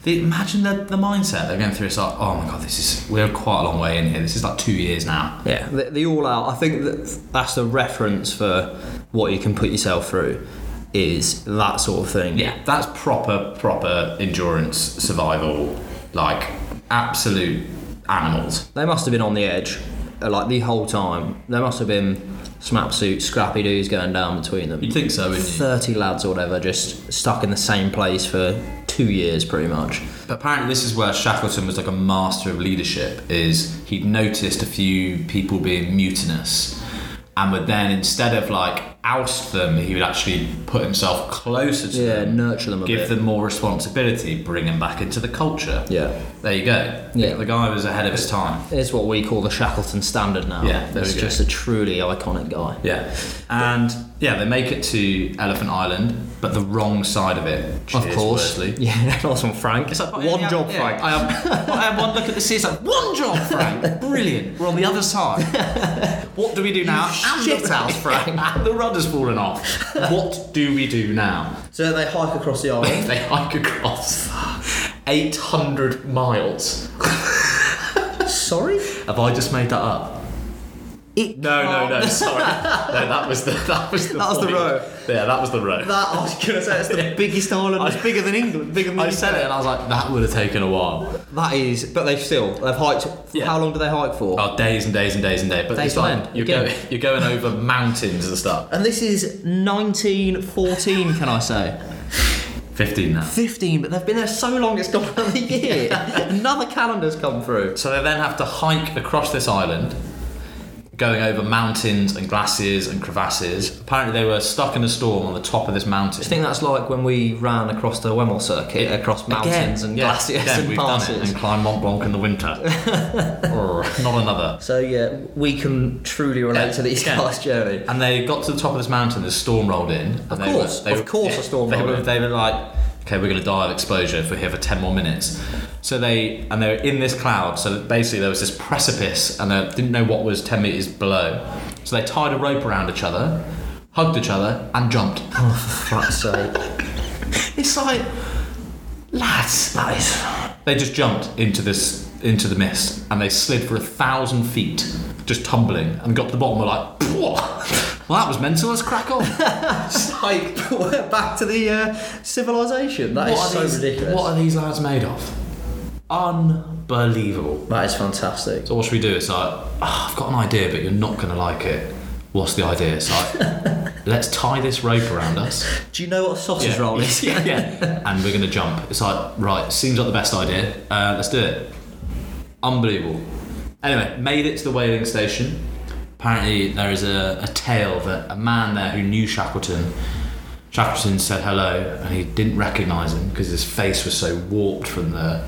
B: The, imagine the, the mindset they're going through. It's like, oh my god, this is, we're quite a long way in here. This is like two years now.
A: Yeah, the, the all out, I think that that's the reference for what you can put yourself through is that sort of thing.
B: Yeah, that's proper, proper endurance survival, like, absolute animals.
A: They must have been on the edge, uh, like the whole time. There must have been snap suits, scrappy doos going down between them.
B: You'd think so, wouldn't you?
A: 30 lads or whatever just stuck in the same place for two years pretty much.
B: But apparently, this is where Shackleton was like a master of leadership. Is he'd noticed a few people being mutinous, and would then instead of like oust them, he would actually put himself closer to
A: Yeah,
B: them,
A: nurture them a bit.
B: give them more responsibility, bring them back into the culture.
A: Yeah.
B: there you go.
A: Yeah.
B: the guy was ahead of his time.
A: It's what we call the Shackleton standard now.
B: Yeah, there
A: it's
B: we go.
A: just a truly iconic guy.
B: Yeah, and yeah, they make it to Elephant Island, but the wrong side of it.
A: Of
B: Cheers,
A: course.
B: Worsley.
A: [laughs] Yeah, nice one, Frank.
B: It's like,
A: one
B: yeah,
A: job,
B: yeah.
A: Frank.
B: I have, I have one look at the sea. It's like one job, Frank. Brilliant. We're on the other side. What do we do now? And
A: shit
B: the-
A: house, Frank.
B: And [laughs] the rudder's fallen off. What do we do now?
A: So they hike across the island.
B: [laughs] They hike across 800 miles.
A: Sorry?
B: Have I just made that up?
A: It
B: No, no,
A: [laughs]
B: no. Sorry. No, that was the that was the
A: That was the
B: point.
A: row.
B: Yeah, that was the row.
A: That, I was going to say, it's the biggest island. It's bigger than England, bigger than
B: I said it and I was like, that would have taken a while.
A: That is, but they've still, they've hiked.
B: Yeah.
A: How long do they hike for?
B: Oh, days and days and days and days. But
A: Days
B: it's like
A: on end.
B: you're
A: Again.
B: going you're going over mountains and stuff.
A: And this is 1914, can I say?
B: 15 now.
A: 15, but they've been there so long it's gone another year. [laughs] another calendar's come through.
B: So they then have to hike across this island, going over mountains and glaciers and crevasses. Apparently, they were stuck in a storm on the top of this mountain.
A: I think that's like when we ran across the Wemmel circuit, across mountains and
B: Yeah,
A: glaciers
B: again,
A: and
B: we've done it
A: passes.
B: and climbed Mont Blanc in the [laughs] winter. Or not another.
A: So yeah, we can truly relate
B: Yeah,
A: to these
B: yeah.
A: guys'
B: [laughs]
A: journey.
B: And they got to the top of this mountain, the storm rolled in. And
A: Of
B: they
A: course,
B: were, they
A: of
B: were-
A: course a storm
B: they
A: rolled
B: were,
A: in.
B: They were like, okay, we're going to die of exposure if we're here for 10 more minutes. So they, and they were in this cloud, so that basically there was this precipice and they didn't know what was 10 metres below. So they tied a rope around each other, hugged each other, and jumped.
A: Fuck's sake.
B: it's like, lads, that is. They just jumped into this, into the mist and they slid for a thousand feet, just tumbling, and got to the bottom, were like, "Pwah." well, that was mental, let's crack [laughs] on.
A: [laughs] like we're back to the uh, civilization. That is
B: What are
A: so
B: these-
A: ridiculous.
B: What are these lads made of? unbelievable.
A: That is fantastic.
B: So what should we do? It's like, "Ah, I've got an idea, but you're not going to like it. What's the idea? It's [laughs] like, let's tie this rope around us.
A: Do you know what a sausage roll is?
B: [laughs] yeah, yeah. And we're going to jump. It's like, right, seems like the best idea. Uh, let's do it. Unbelievable. Anyway, made it to the whaling station. Apparently, there is a, a tale that a man there who knew Shackleton. Shackleton said hello, and he didn't recognise him because his face was so warped from the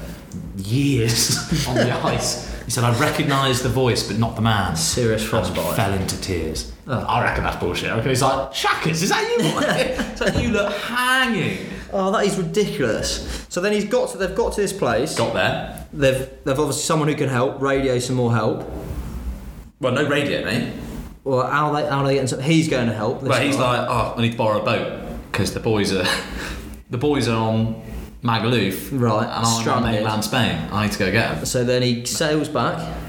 B: years [laughs]
A: [laughs]
B: on the ice. He said, "I recognise the voice, but not the man."
A: Serious
B: And
A: frostbite. Oh.
B: Fell into tears. I reckon that's bullshit. I reckon he's like, "Shackers, is
A: [laughs]
B: that you?" it's like you look hanging.
A: [laughs] Oh, that is ridiculous. So then he's got to, they've got to this place.
B: Got there.
A: They've they've obviously someone who can help, radio some more help.
B: Well, no radio, mate.
A: Or how they how they getting some he's going to help. this
B: But he's
A: guy.
B: like, oh, I need to borrow a boat because the boys are [laughs] the boys are on Magaluf,
A: Right,
B: And I'm on
A: stranded.
B: mainland Spain. I need to go get them.
A: So then he sails back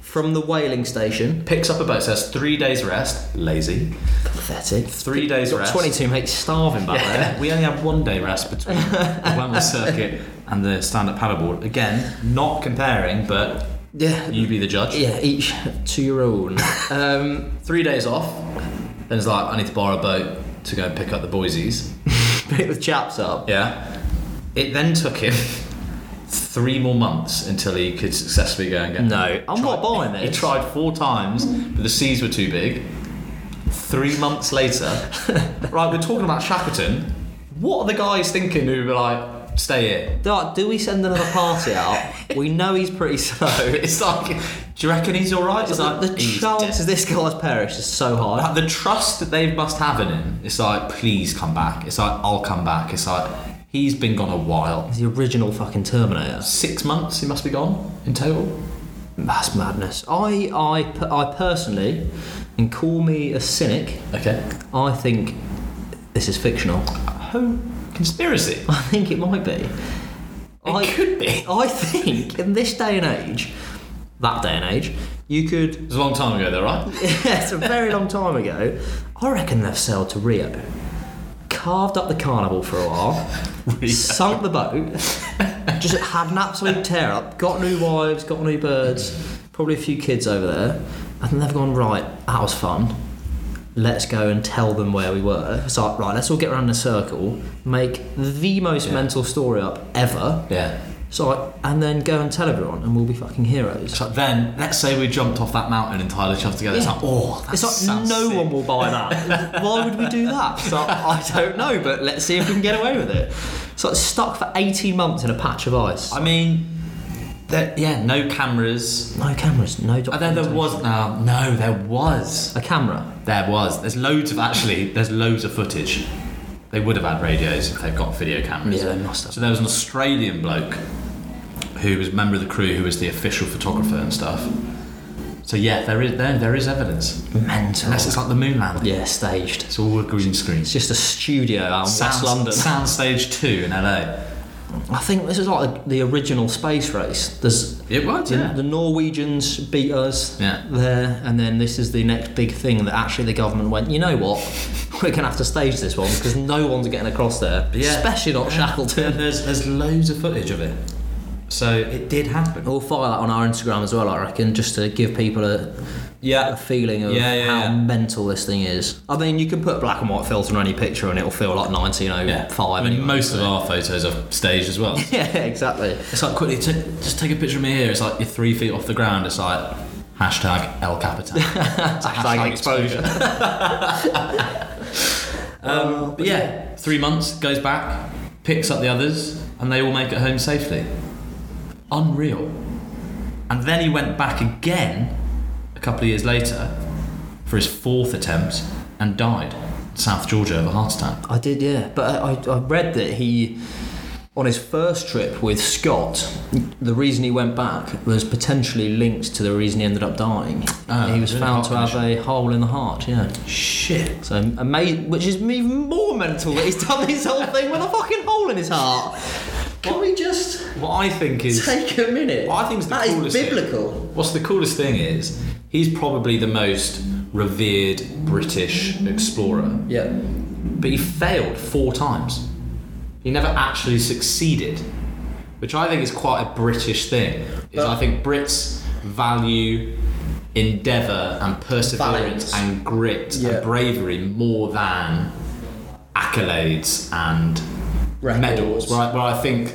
A: from the whaling station.
B: Picks up a boat. Says three days rest. Lazy.
A: Pathetic.
B: Three days
A: Got
B: rest.
A: 22 mates starving back
B: [laughs] Yeah, we only have one day
A: [laughs]
B: rest between the Wembley circuit and the stand-up paddleboard. Again, not comparing, but
A: there. Yeah.
B: you be the judge.
A: Yeah, each to your own. [laughs] um,
B: Three days off. Then it's like I need to borrow a boat to go and pick up the Boise's.
A: pick the chaps up.
B: Yeah. It then took him [laughs] three more months until he could successfully go and get.
A: No, I'm not buying
B: He
A: this.
B: tried four times, but the seas were too big. Three
A: [laughs]
B: months later, right? We're talking about Shackleton. What are the guys thinking who were like, "Stay here"? [laughs]
A: Like, do we send another party out? we know he's pretty slow.
B: Oh, [laughs] It's like, do you reckon he's all right? It's like
A: the the
B: he's
A: chances this guy's perished is so high.
B: Like the trust that they must have in him. It's like, please come back. It's like, I'll come back. It's like, he's been gone a while.
A: The original fucking Terminator.
B: Six months he must be gone in total.
A: That's madness. I, I, per- I personally, and call me a cynic,
B: Okay.
A: I think this is fictional. [laughs]
B: Whole conspiracy.
A: I think it might be. I
B: could be.
A: I think in this day and age, that day and age, you could. [laughs]
B: It was a long time ago, though, right?
A: Yeah, it's a very long time ago. I reckon they've sailed to Rio, carved up the carnival for a while, sunk the boat, just had an absolute tear up, got new wives, got new birds, probably a few kids over there, and then they've gone, right, that was fun. Let's go and tell them where we were. It's like, right, let's all get around in a circle, make the most mental story up ever.
B: Yeah.
A: So, I, and then go and tell everyone, and we'll be fucking heroes.
B: So then, let's say we jumped off that mountain and tied each other together. It's
A: Yeah.
B: like, oh, that
A: It's like
B: sounds
A: no
B: sick.
A: one will buy
B: [laughs]
A: that. Why would we do that? So I don't know, but let's see if we can get away with it. So it's stuck for 18 months in a patch of ice.
B: I mean, there, yeah, no cameras.
A: no cameras, no.
B: And then there was. No, no, there was.
A: a camera.
B: There was. There's loads of actually. There's loads of footage. They would have had radios if they've got video cameras.
A: Yeah, they must have.
B: So there was an Australian bloke who was a member of the crew who was the official photographer and stuff. So yeah, there is there, there is evidence.
A: Mental.
B: Unless it's like the moon landing.
A: Yeah, staged.
B: It's all a green screen.
A: It's just a studio out in West London.
B: Soundstage two in LA.
A: I think this is like the, the original space race. There's
B: It was.
A: the, the Norwegians beat us
B: Yeah.
A: there, and then this is the next big thing that actually the government went. You know
B: [laughs]
A: what? We're gonna have to stage this one because no one's getting across there,
B: Yeah.
A: especially not Shackleton.
B: [laughs] There's there's loads of footage of it. So it did happen.
A: We'll file that on our Instagram as well, I reckon, just to give people a, a
B: Yeah.
A: feeling of
B: Uh, Yeah, yeah,
A: how
B: yeah.
A: mental this thing is. I mean, you can put a black and white filter on any picture and it'll feel like 1905.
B: I mean,
A: anyway. [laughs]
B: most of our photos are staged as well.
A: yeah, exactly.
B: It's like quickly, t- just take a picture of me here. It's like you're three feet off the ground. It's like hashtag El [laughs] Capitan. It's like
A: Hashtag exposure.
B: [laughs] um, but yeah, three months goes back, picks up the others, and they all make it home safely. Unreal. And then he went back again a couple of years later for his fourth attempt and died in South Georgia of a heart attack.
A: I did, yeah. But I, I, I read that he, on his first trip with Scott, the reason he went back was potentially linked to the reason he ended up dying.
B: Ah,
A: he was
B: really
A: found to
B: heart
A: have a hole in the heart, yeah.
B: Shit.
A: So amazing, which is even more mental that he's done this whole thing with a fucking hole in his heart. Can we just
B: What I think is.
A: take a minute?
B: What I think is the
A: That is
B: coolest
A: biblical.
B: Thing, what's the coolest thing is he's probably the most revered British explorer,
A: Yeah.
B: but he failed four times. He never actually succeeded,
F: which I think is quite a British thing. Is I think Brits value endeavour and perseverance
A: Balance.
F: and grit
A: Yeah.
F: and bravery more than accolades and
A: Records.
F: medals. Where I, where I think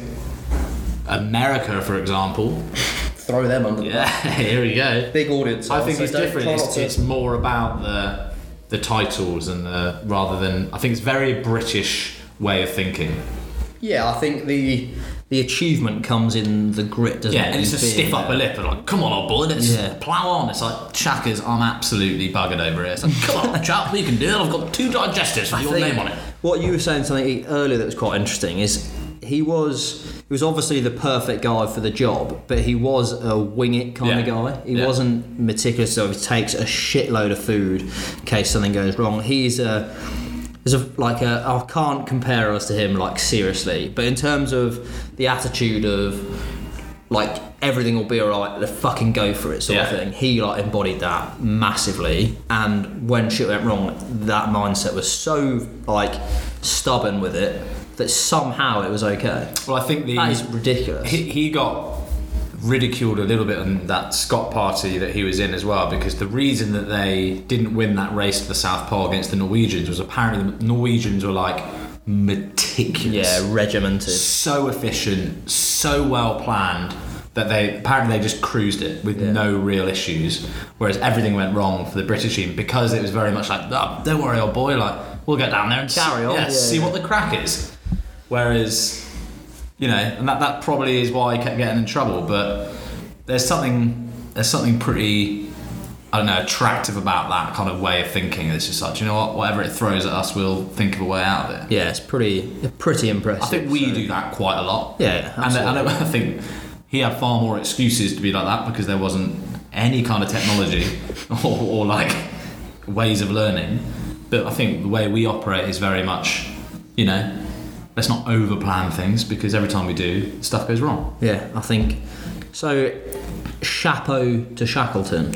F: America, for example, [laughs]
A: Throw them under the
F: yeah, here we go.
A: big audience.
F: I think
A: so
F: it's
A: don't
F: different.
A: try
F: It's,
A: not to-
F: it's more about the the titles and the rather than I think it's very British way of thinking.
A: yeah, I think the the achievement comes in the grit, doesn't
B: Yeah,
A: it?
B: and it's a
A: in
B: stiff
A: being
B: upper
A: there.
B: lip. and like, come on, old boy, let's
A: Yeah.
B: plow on. It's like, Shackers, I'm absolutely buggered over it. It's like, come on, [laughs] chap, we can do it. I've got two digestives with
A: I
B: your
A: think
B: name on it.
A: What you were saying something earlier that was quite interesting is he was he was obviously the perfect guy for the job, but he was a wing it kind
B: Yeah.
A: of guy. He
B: Yeah.
A: wasn't meticulous, so he takes a shitload of food in case something goes wrong. He's a is a, like a, I can't compare us to him like seriously, but in terms of the attitude of like everything will be alright, let's fucking go for it sort of
B: Yeah.
A: thing. He like embodied that massively, and when shit went wrong, that mindset was so like stubborn with it that somehow it was okay.
B: Well, I think the.
A: That is ridiculous.
B: he, he got ridiculed a little bit on that Scott party that he was in as well because the reason that they didn't win that race to the South Pole against the Norwegians was apparently the Norwegians were like meticulous
A: Yeah, regimented.
B: so efficient, so well planned that they apparently they just cruised it with no real issues. Whereas everything went wrong for the British team because it was very much like, "Oh, don't worry, old boy, like we'll get down there and
A: Carry on."
B: yeah,
A: Yeah,
B: see
A: yeah.
B: what the crack is. Whereas, you know, and that, that probably is why he kept getting in trouble. But there's something there's something pretty I don't know attractive about that kind of way of thinking. It's just like, you know what, whatever it throws at us, we'll think of a way out of it.
A: Yeah, it's pretty pretty impressive.
B: I think we do that quite a lot.
A: Yeah, yeah,
B: and, I- and I, I [laughs] think he had far more excuses to be like that because there wasn't any kind of technology [laughs] or, or like ways of learning. But I think the way we operate is very much, you know, let's not over plan things because every time we do, stuff goes wrong.
A: Yeah, I think so. Chapeau to Shackleton.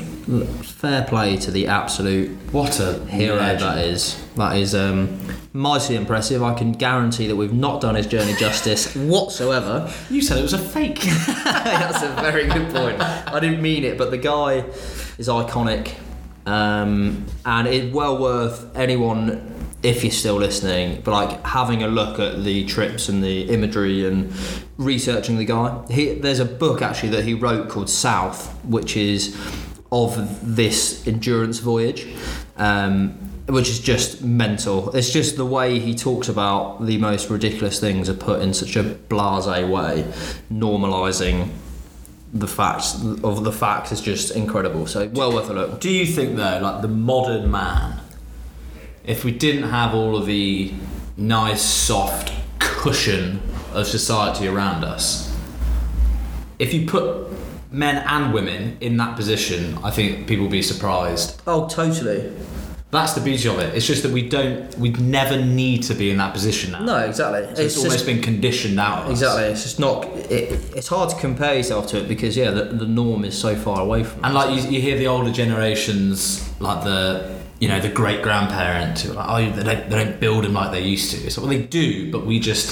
A: Fair play to the absolute
B: What a
A: hero
B: legend.
A: that is. That is um, mightily impressive. I can guarantee that we've not done his journey justice whatsoever. [laughs]
B: You said it was a fake.
A: That's a very good point. I didn't mean it, but the guy is iconic, um, and it's well worth anyone if you're still listening, but like having a look at the trips and the imagery and researching the guy. He, there's a book actually that he wrote called South, which is of this endurance voyage. Um, which is just mental. It's just the way he talks about the most ridiculous things are put in such a blase way, normalising the facts of the facts is just incredible. So well worth a look.
B: Do you think though, like the modern man, if we didn't have all of the nice soft cushion of society around us, if you put men and women in that position, I think people would be surprised.
A: Oh, totally.
B: That's the beauty of it. It's just that we don't, we never need to be in that position now.
A: No, exactly.
B: So it's,
A: just-
B: almost been conditioned out. Of us.
A: exactly. It's just not. It, it's hard to compare yourself to it because yeah, the, the norm is so far away from. it.
B: And like you, you hear the older generations, like the you know the great grandparent, who are like oh they don't, they don't build them like they used to. It's like, well they do, but we just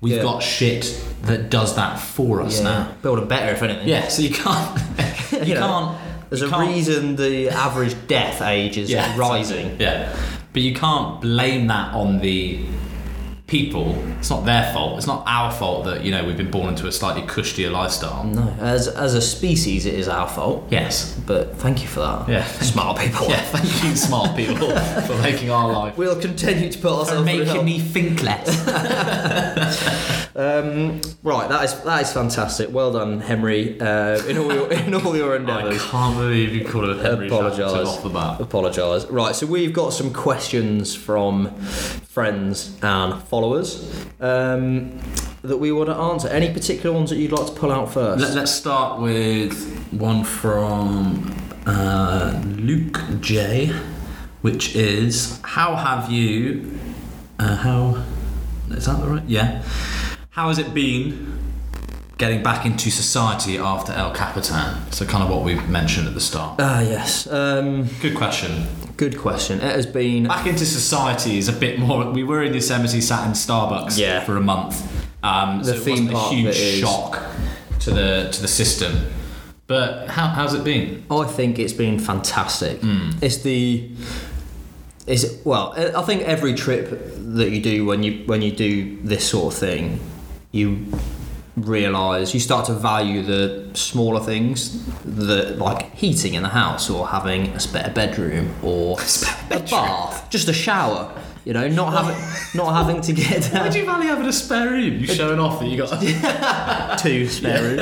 B: we've
A: Yeah.
B: got shit that does that for us
A: yeah,
B: now.
A: build a better if anything.
B: Yeah, so you can't [laughs]
A: You
B: you,
A: know,
B: can't.
A: There's
B: you
A: a
B: can't-
A: reason the average death age [laughs] is
B: Yeah,
A: rising.
B: Yeah, but you can't blame that on the people. It's not their fault. It's not our fault that you know we've been born into a slightly cushier lifestyle.
A: No, as as a species, it is our fault.
B: Yes.
A: But thank you for that.
B: Yeah.
A: Smart people.
B: Yeah, [laughs] thank you, smart people, for making our life.
A: We'll continue to put ourselves
B: For
A: through hell.
B: making me think less.
A: Right, that is that is fantastic. Well done, Henry. Uh, in all your [laughs] in all your
B: I
A: endeavours.
B: can't believe you called it Henry Apologise. off the bat.
A: Apologise. Right, so we've got some questions from friends and followers um, that we want to answer. Any particular ones that you'd like to pull out first?
B: Let, us start with one from uh, Luke J, which is How have you. Uh, how. Is that the right? Yeah. How has it been getting back into society after El Capitan? So, kind of what we mentioned at the start.
A: Ah, yes. Um,
B: Good question.
A: good question. It has been.
B: Back into society is a bit more. We were in Yosemite, sat in Starbucks
A: Yeah.
B: for a month. Um, so
A: The
B: it
A: theme
B: wasn't
A: park
B: a huge
A: bit is-
B: shock to the to the system. But how, how's it been?
A: I think it's been fantastic. It's the is well, I I think every trip that you do when you when you do this sort of thing, you realize you start to value the smaller things that like heating in the house or having a spare bedroom or [laughs] a bath, just a shower, you know, not having not having to [laughs] get down
B: How do you value having a spare room? You showing off that you
A: [laughs]
B: got just
A: two spare rooms.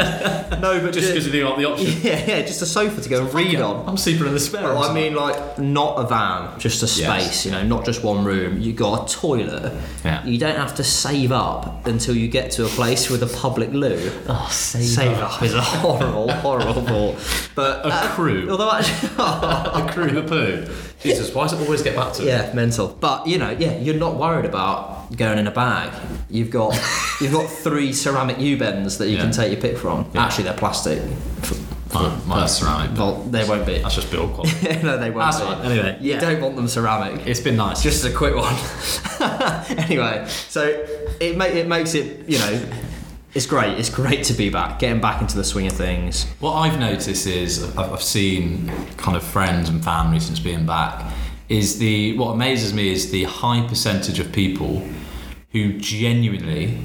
A: No, but
B: because
A: just,
B: you got the option.
A: [laughs] yeah, yeah, just a sofa to go and read on.
B: [laughs] I'm sleeping in the spare room.
A: Well, I mean, like not a van, just a
B: Yes.
A: space. You know, not just one room. You got a toilet.
B: Yeah.
A: You don't have to save up until you get to a place with a public loo. Oh, save, up. is a horrible, horrible thought. But
B: A
A: uh, [laughs]
B: crew.
A: Although actually,
B: [laughs] a crew the poo. Jesus, why does it always get back
A: [laughs]
B: to?
A: yeah, mental. But you know, yeah, you're not worried about going in a bag. You've got you've got three ceramic U bends that you
B: Yeah.
A: can take your pick from. Actually, they're plastic.
B: Mine, mine's ceramic. but
A: Well, they won't be. [laughs]
B: That's just build quality.
A: no, they won't.
B: That's
A: be.
B: right. Anyway,
A: you
B: yeah.
A: don't want them ceramic.
B: it's been nice.
A: Just a quick one. [laughs] anyway, so it ma- it makes it you know, it's great. It's great to be back, getting back into the swing of things.
B: What I've noticed is I've I've seen kind of friends and family since being back is the what amazes me is the high percentage of people who genuinely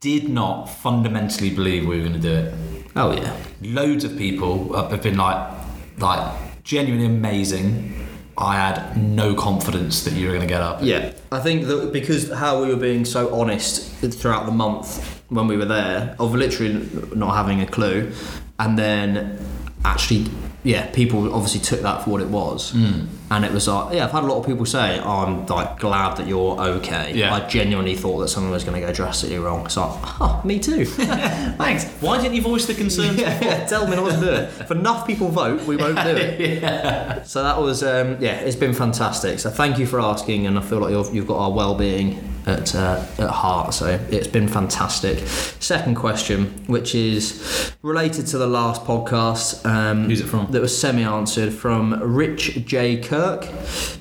B: did not fundamentally believe we were going to do it.
A: Oh yeah,
B: Loads of people have have been like like genuinely amazing. I had no confidence that you were going to get up.
A: yeah. I think that because how we were being so honest throughout the month when we were there, of literally not having a clue, and then actually. Yeah, people obviously took that for what it was, and it was like, yeah, I've had a lot of people say, oh, "I'm like glad that you're okay."
B: Yeah.
A: I genuinely thought that something was going to go drastically wrong. It's like, oh, [laughs] me too.
B: Thanks. Why didn't you voice the concerns?
A: yeah, [laughs] yeah, tell me not to do it. If enough people vote, we won't do it.
B: [laughs]
A: So that was, um, yeah, it's been fantastic. So thank you for asking, and I feel like you've, you've got our well-being at uh, at heart. So it's been fantastic. Second question, which is related to the last podcast. Um,
B: Who's it from?
A: That was semi-answered from Rich J Kirk.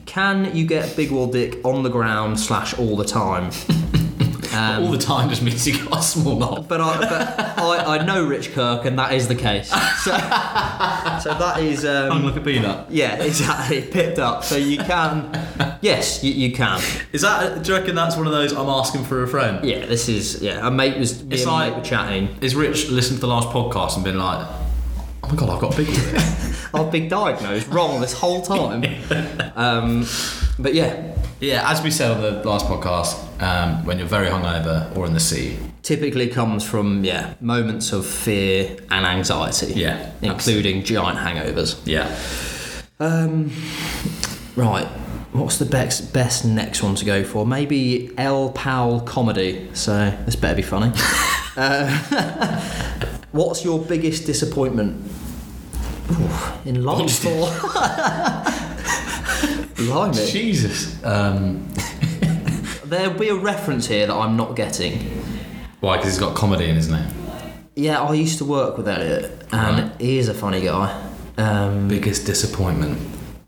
A: Can you get big wall dick on the ground slash all the time?
B: [laughs] All the time just means you got a small knob.
A: But I, but I, I know Rich Kirk, and that is the case. So, [laughs] so that is
B: Hung
A: um,
B: like a peanut.
A: yeah, [laughs] exactly picked up. So you can, yes, you, you can.
B: Is that? Do you reckon that's one of those? I'm asking for a friend.
A: Yeah, this is yeah. A mate was me
B: It's
A: and a
B: like-
A: mate were chatting.
B: Is Rich listened to the last podcast and been like, "Oh my god, I've got big with it."
A: I've been diagnosed wrong this whole time. Um, but yeah,
B: [laughs] yeah, as we said on the last podcast, um, when you're very hungover or in the sea,
A: typically comes from yeah moments of fear and anxiety.
B: Yeah,
A: including giant hangovers.
B: yeah,
A: Um, right. What's the best best next one to go for? Maybe L Powell comedy. So this better be funny. uh, [laughs] what's your biggest disappointment Oof, in life? Or... Blimey.
B: Jesus. Um,
A: There'll be a reference here that I'm not getting.
B: why? Because he's got comedy in his name.
A: Yeah, I used to work with Elliot, and he is a funny guy. Um,
B: Biggest disappointment.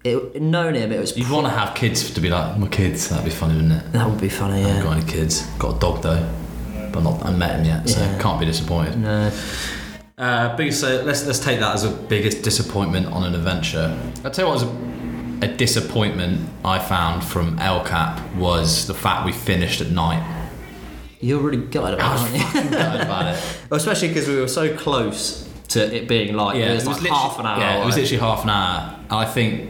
A: it, known him, it was
B: You'd want to have kids to be like, "My kids." That'd be funny, wouldn't it?
A: that would be funny.
B: I've
A: Yeah.
B: got any kids? Got a dog though, but not. I met him yet, so
A: Yeah.
B: can't be disappointed.
A: No.
B: Uh, biggest, so let's let's take that as a biggest disappointment on an adventure. I'll tell you what was a, a disappointment I found from LCAP was the fact we finished at night.
A: You're really gutted
B: Oh,
A: about it, aren't you?
B: Gutted about it.
A: [laughs] Especially because we were so close to it being like it was, like
B: literally-
A: half an hour.
B: Yeah, it was
A: away.
B: literally half an hour. And I think,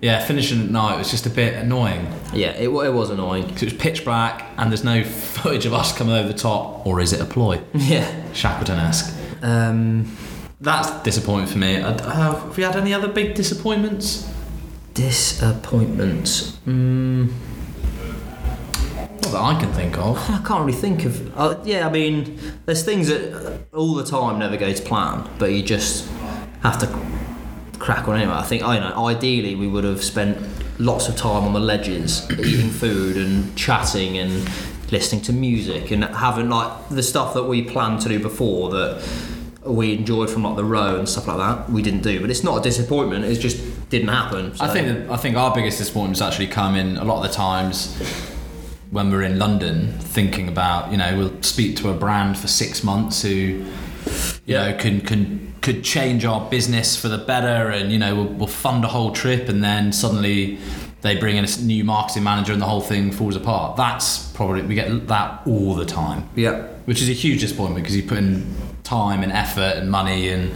B: yeah, finishing at night was just a bit annoying
A: yeah it, wa- it was annoying. [laughs]
B: 'Cause it was pitch black and there's no footage of us coming over the top. Or is it a
A: [laughs]
B: ploy?
A: Yeah.
B: Shackleton-esque.
A: Um,
B: That's disappointing for me. I, uh, have we had any other big disappointments?
A: disappointments. Mm,
B: Not that I can think of.
A: I can't really think of. Uh, yeah, I mean, there's things that uh, all the time never go to plan, but you just have to crack on anyway. I think I know. Ideally, we would have spent lots of time on the ledges, [clears throat] eating food and chatting and listening to music and having like the stuff that we planned to do before that we enjoyed from like the row and stuff like that. We didn't do, but it's not a disappointment. It just didn't happen.
B: I
A: so-
B: think that, I think our biggest disappointments actually come in a lot of the times when we're in London thinking about, you know, we'll speak to a brand for six months who you
A: Yeah.
B: know can can could change our business for the better and you know we'll, we'll fund a whole trip and then suddenly they bring in a s- new marketing manager and the whole thing falls apart that's probably we get that all the time
A: Yeah.
B: which is a huge disappointment because you put in time and effort and money and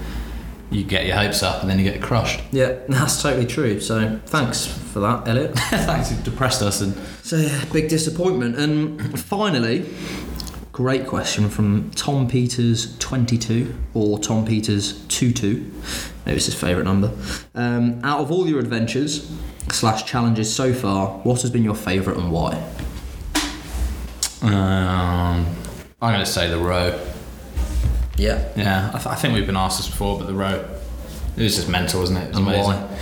B: you get your hopes up and then you get crushed [laughs]
A: Yeah, [laughs] that's totally true. So thanks for that, Elliot.
B: thanks it depressed us and
A: so yeah, big disappointment. And finally, great question from Tom Peters twenty two or Tom Peters two two. Maybe it's his favourite number. Um, out of all your adventures slash challenges so far, what has been your favourite and why?
B: um, I'm going to say the row
A: Yeah.
B: Yeah, I, th- I think we've been asked this before, but the row. It was just mental, wasn't it? It was
A: And why?
B: amazing.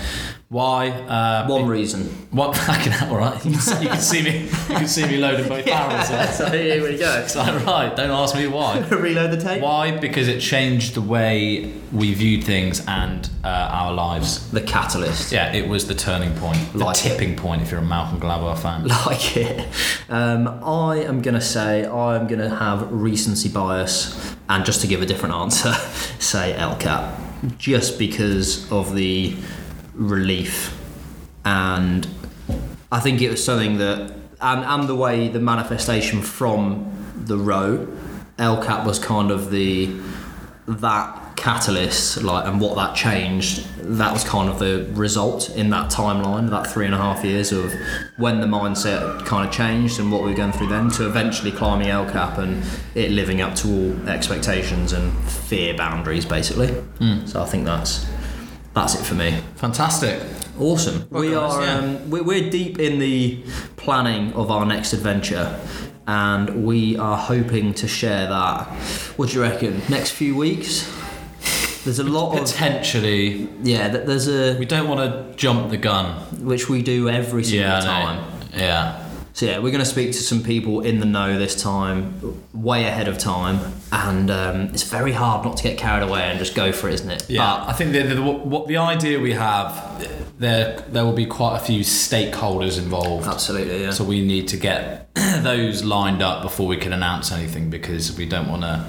B: Why? Uh,
A: One reason.
B: What? [laughs] Fucking all right. You can, see, you can see me. You can see me loading [laughs] both barrels.
A: [laughs]
B: there.
A: so here we go.
B: It's like right. Don't ask me [laughs] why.
A: Reload the tape.
B: Why? Because it changed the way we viewed things and uh, our lives.
A: The catalyst.
B: Yeah, it was the turning point, the
A: Like it.
B: tipping point. If you're a Malcolm Gladwell
A: [laughs]
B: fan,
A: like it. Um, I am going to say I'm going to have recency bias, and just to give a different answer, [laughs] say LCAP, just because of the relief, and I think it was something that, and, and the way the manifestation from the row, LCAP was kind of the that catalyst like and what that changed that was kind of the result in that timeline that three and a half years of when the mindset kind of changed and what we were going through then to eventually climbing LCAP and it living up to all expectations and fear boundaries basically so I think that's that's it for me
B: fantastic.
A: Awesome. we
B: guys,
A: are
B: yeah.
A: um, we're, we're deep in the planning of our next adventure, and we are hoping to share that. What do you reckon? Next few weeks. There's a lot
B: [laughs]
A: of
B: Potentially,
A: yeah. th- There's a
B: we don't want to jump the gun.
A: which we do every single
B: Yeah, I
A: time.
B: know. Yeah.
A: So yeah, we're going to speak to some people in the know this time, way ahead of time, and um, it's very hard not to get carried away and just go for it, isn't it?
B: Yeah, I think the, the, what the idea we have there there will be quite a few stakeholders involved.
A: Absolutely, yeah.
B: So we need to get [clears throat] those lined up before we can announce anything because we don't want to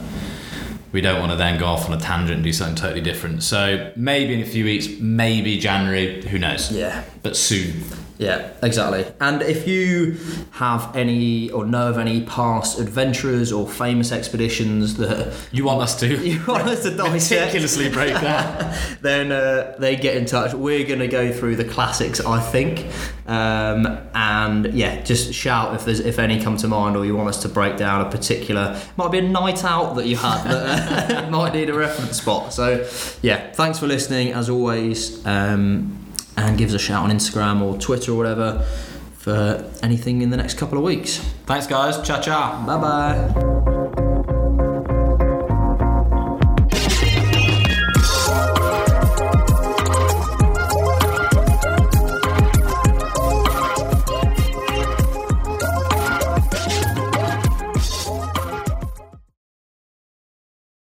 B: we don't want to then go off on a tangent and do something totally different. So maybe in a few weeks, maybe January, who knows?
A: Yeah.
B: but soon.
A: Yeah, exactly. And if you have any or know of any past adventurers or famous expeditions that [laughs]
B: You want us to
A: you want us to dissect,
B: meticulously break down?
A: [laughs] then uh, they get in touch. We're going to go through the classics, I think. Um, and yeah, just shout if there's if any come to mind or you want us to break down a particular. Might be a night out that you had that uh, [laughs] might need a reference spot. So yeah, thanks for listening as always. Um, and give us a shout on Instagram or Twitter or whatever for anything in the next couple of weeks.
B: Thanks, guys. Ciao, ciao.
A: Bye bye.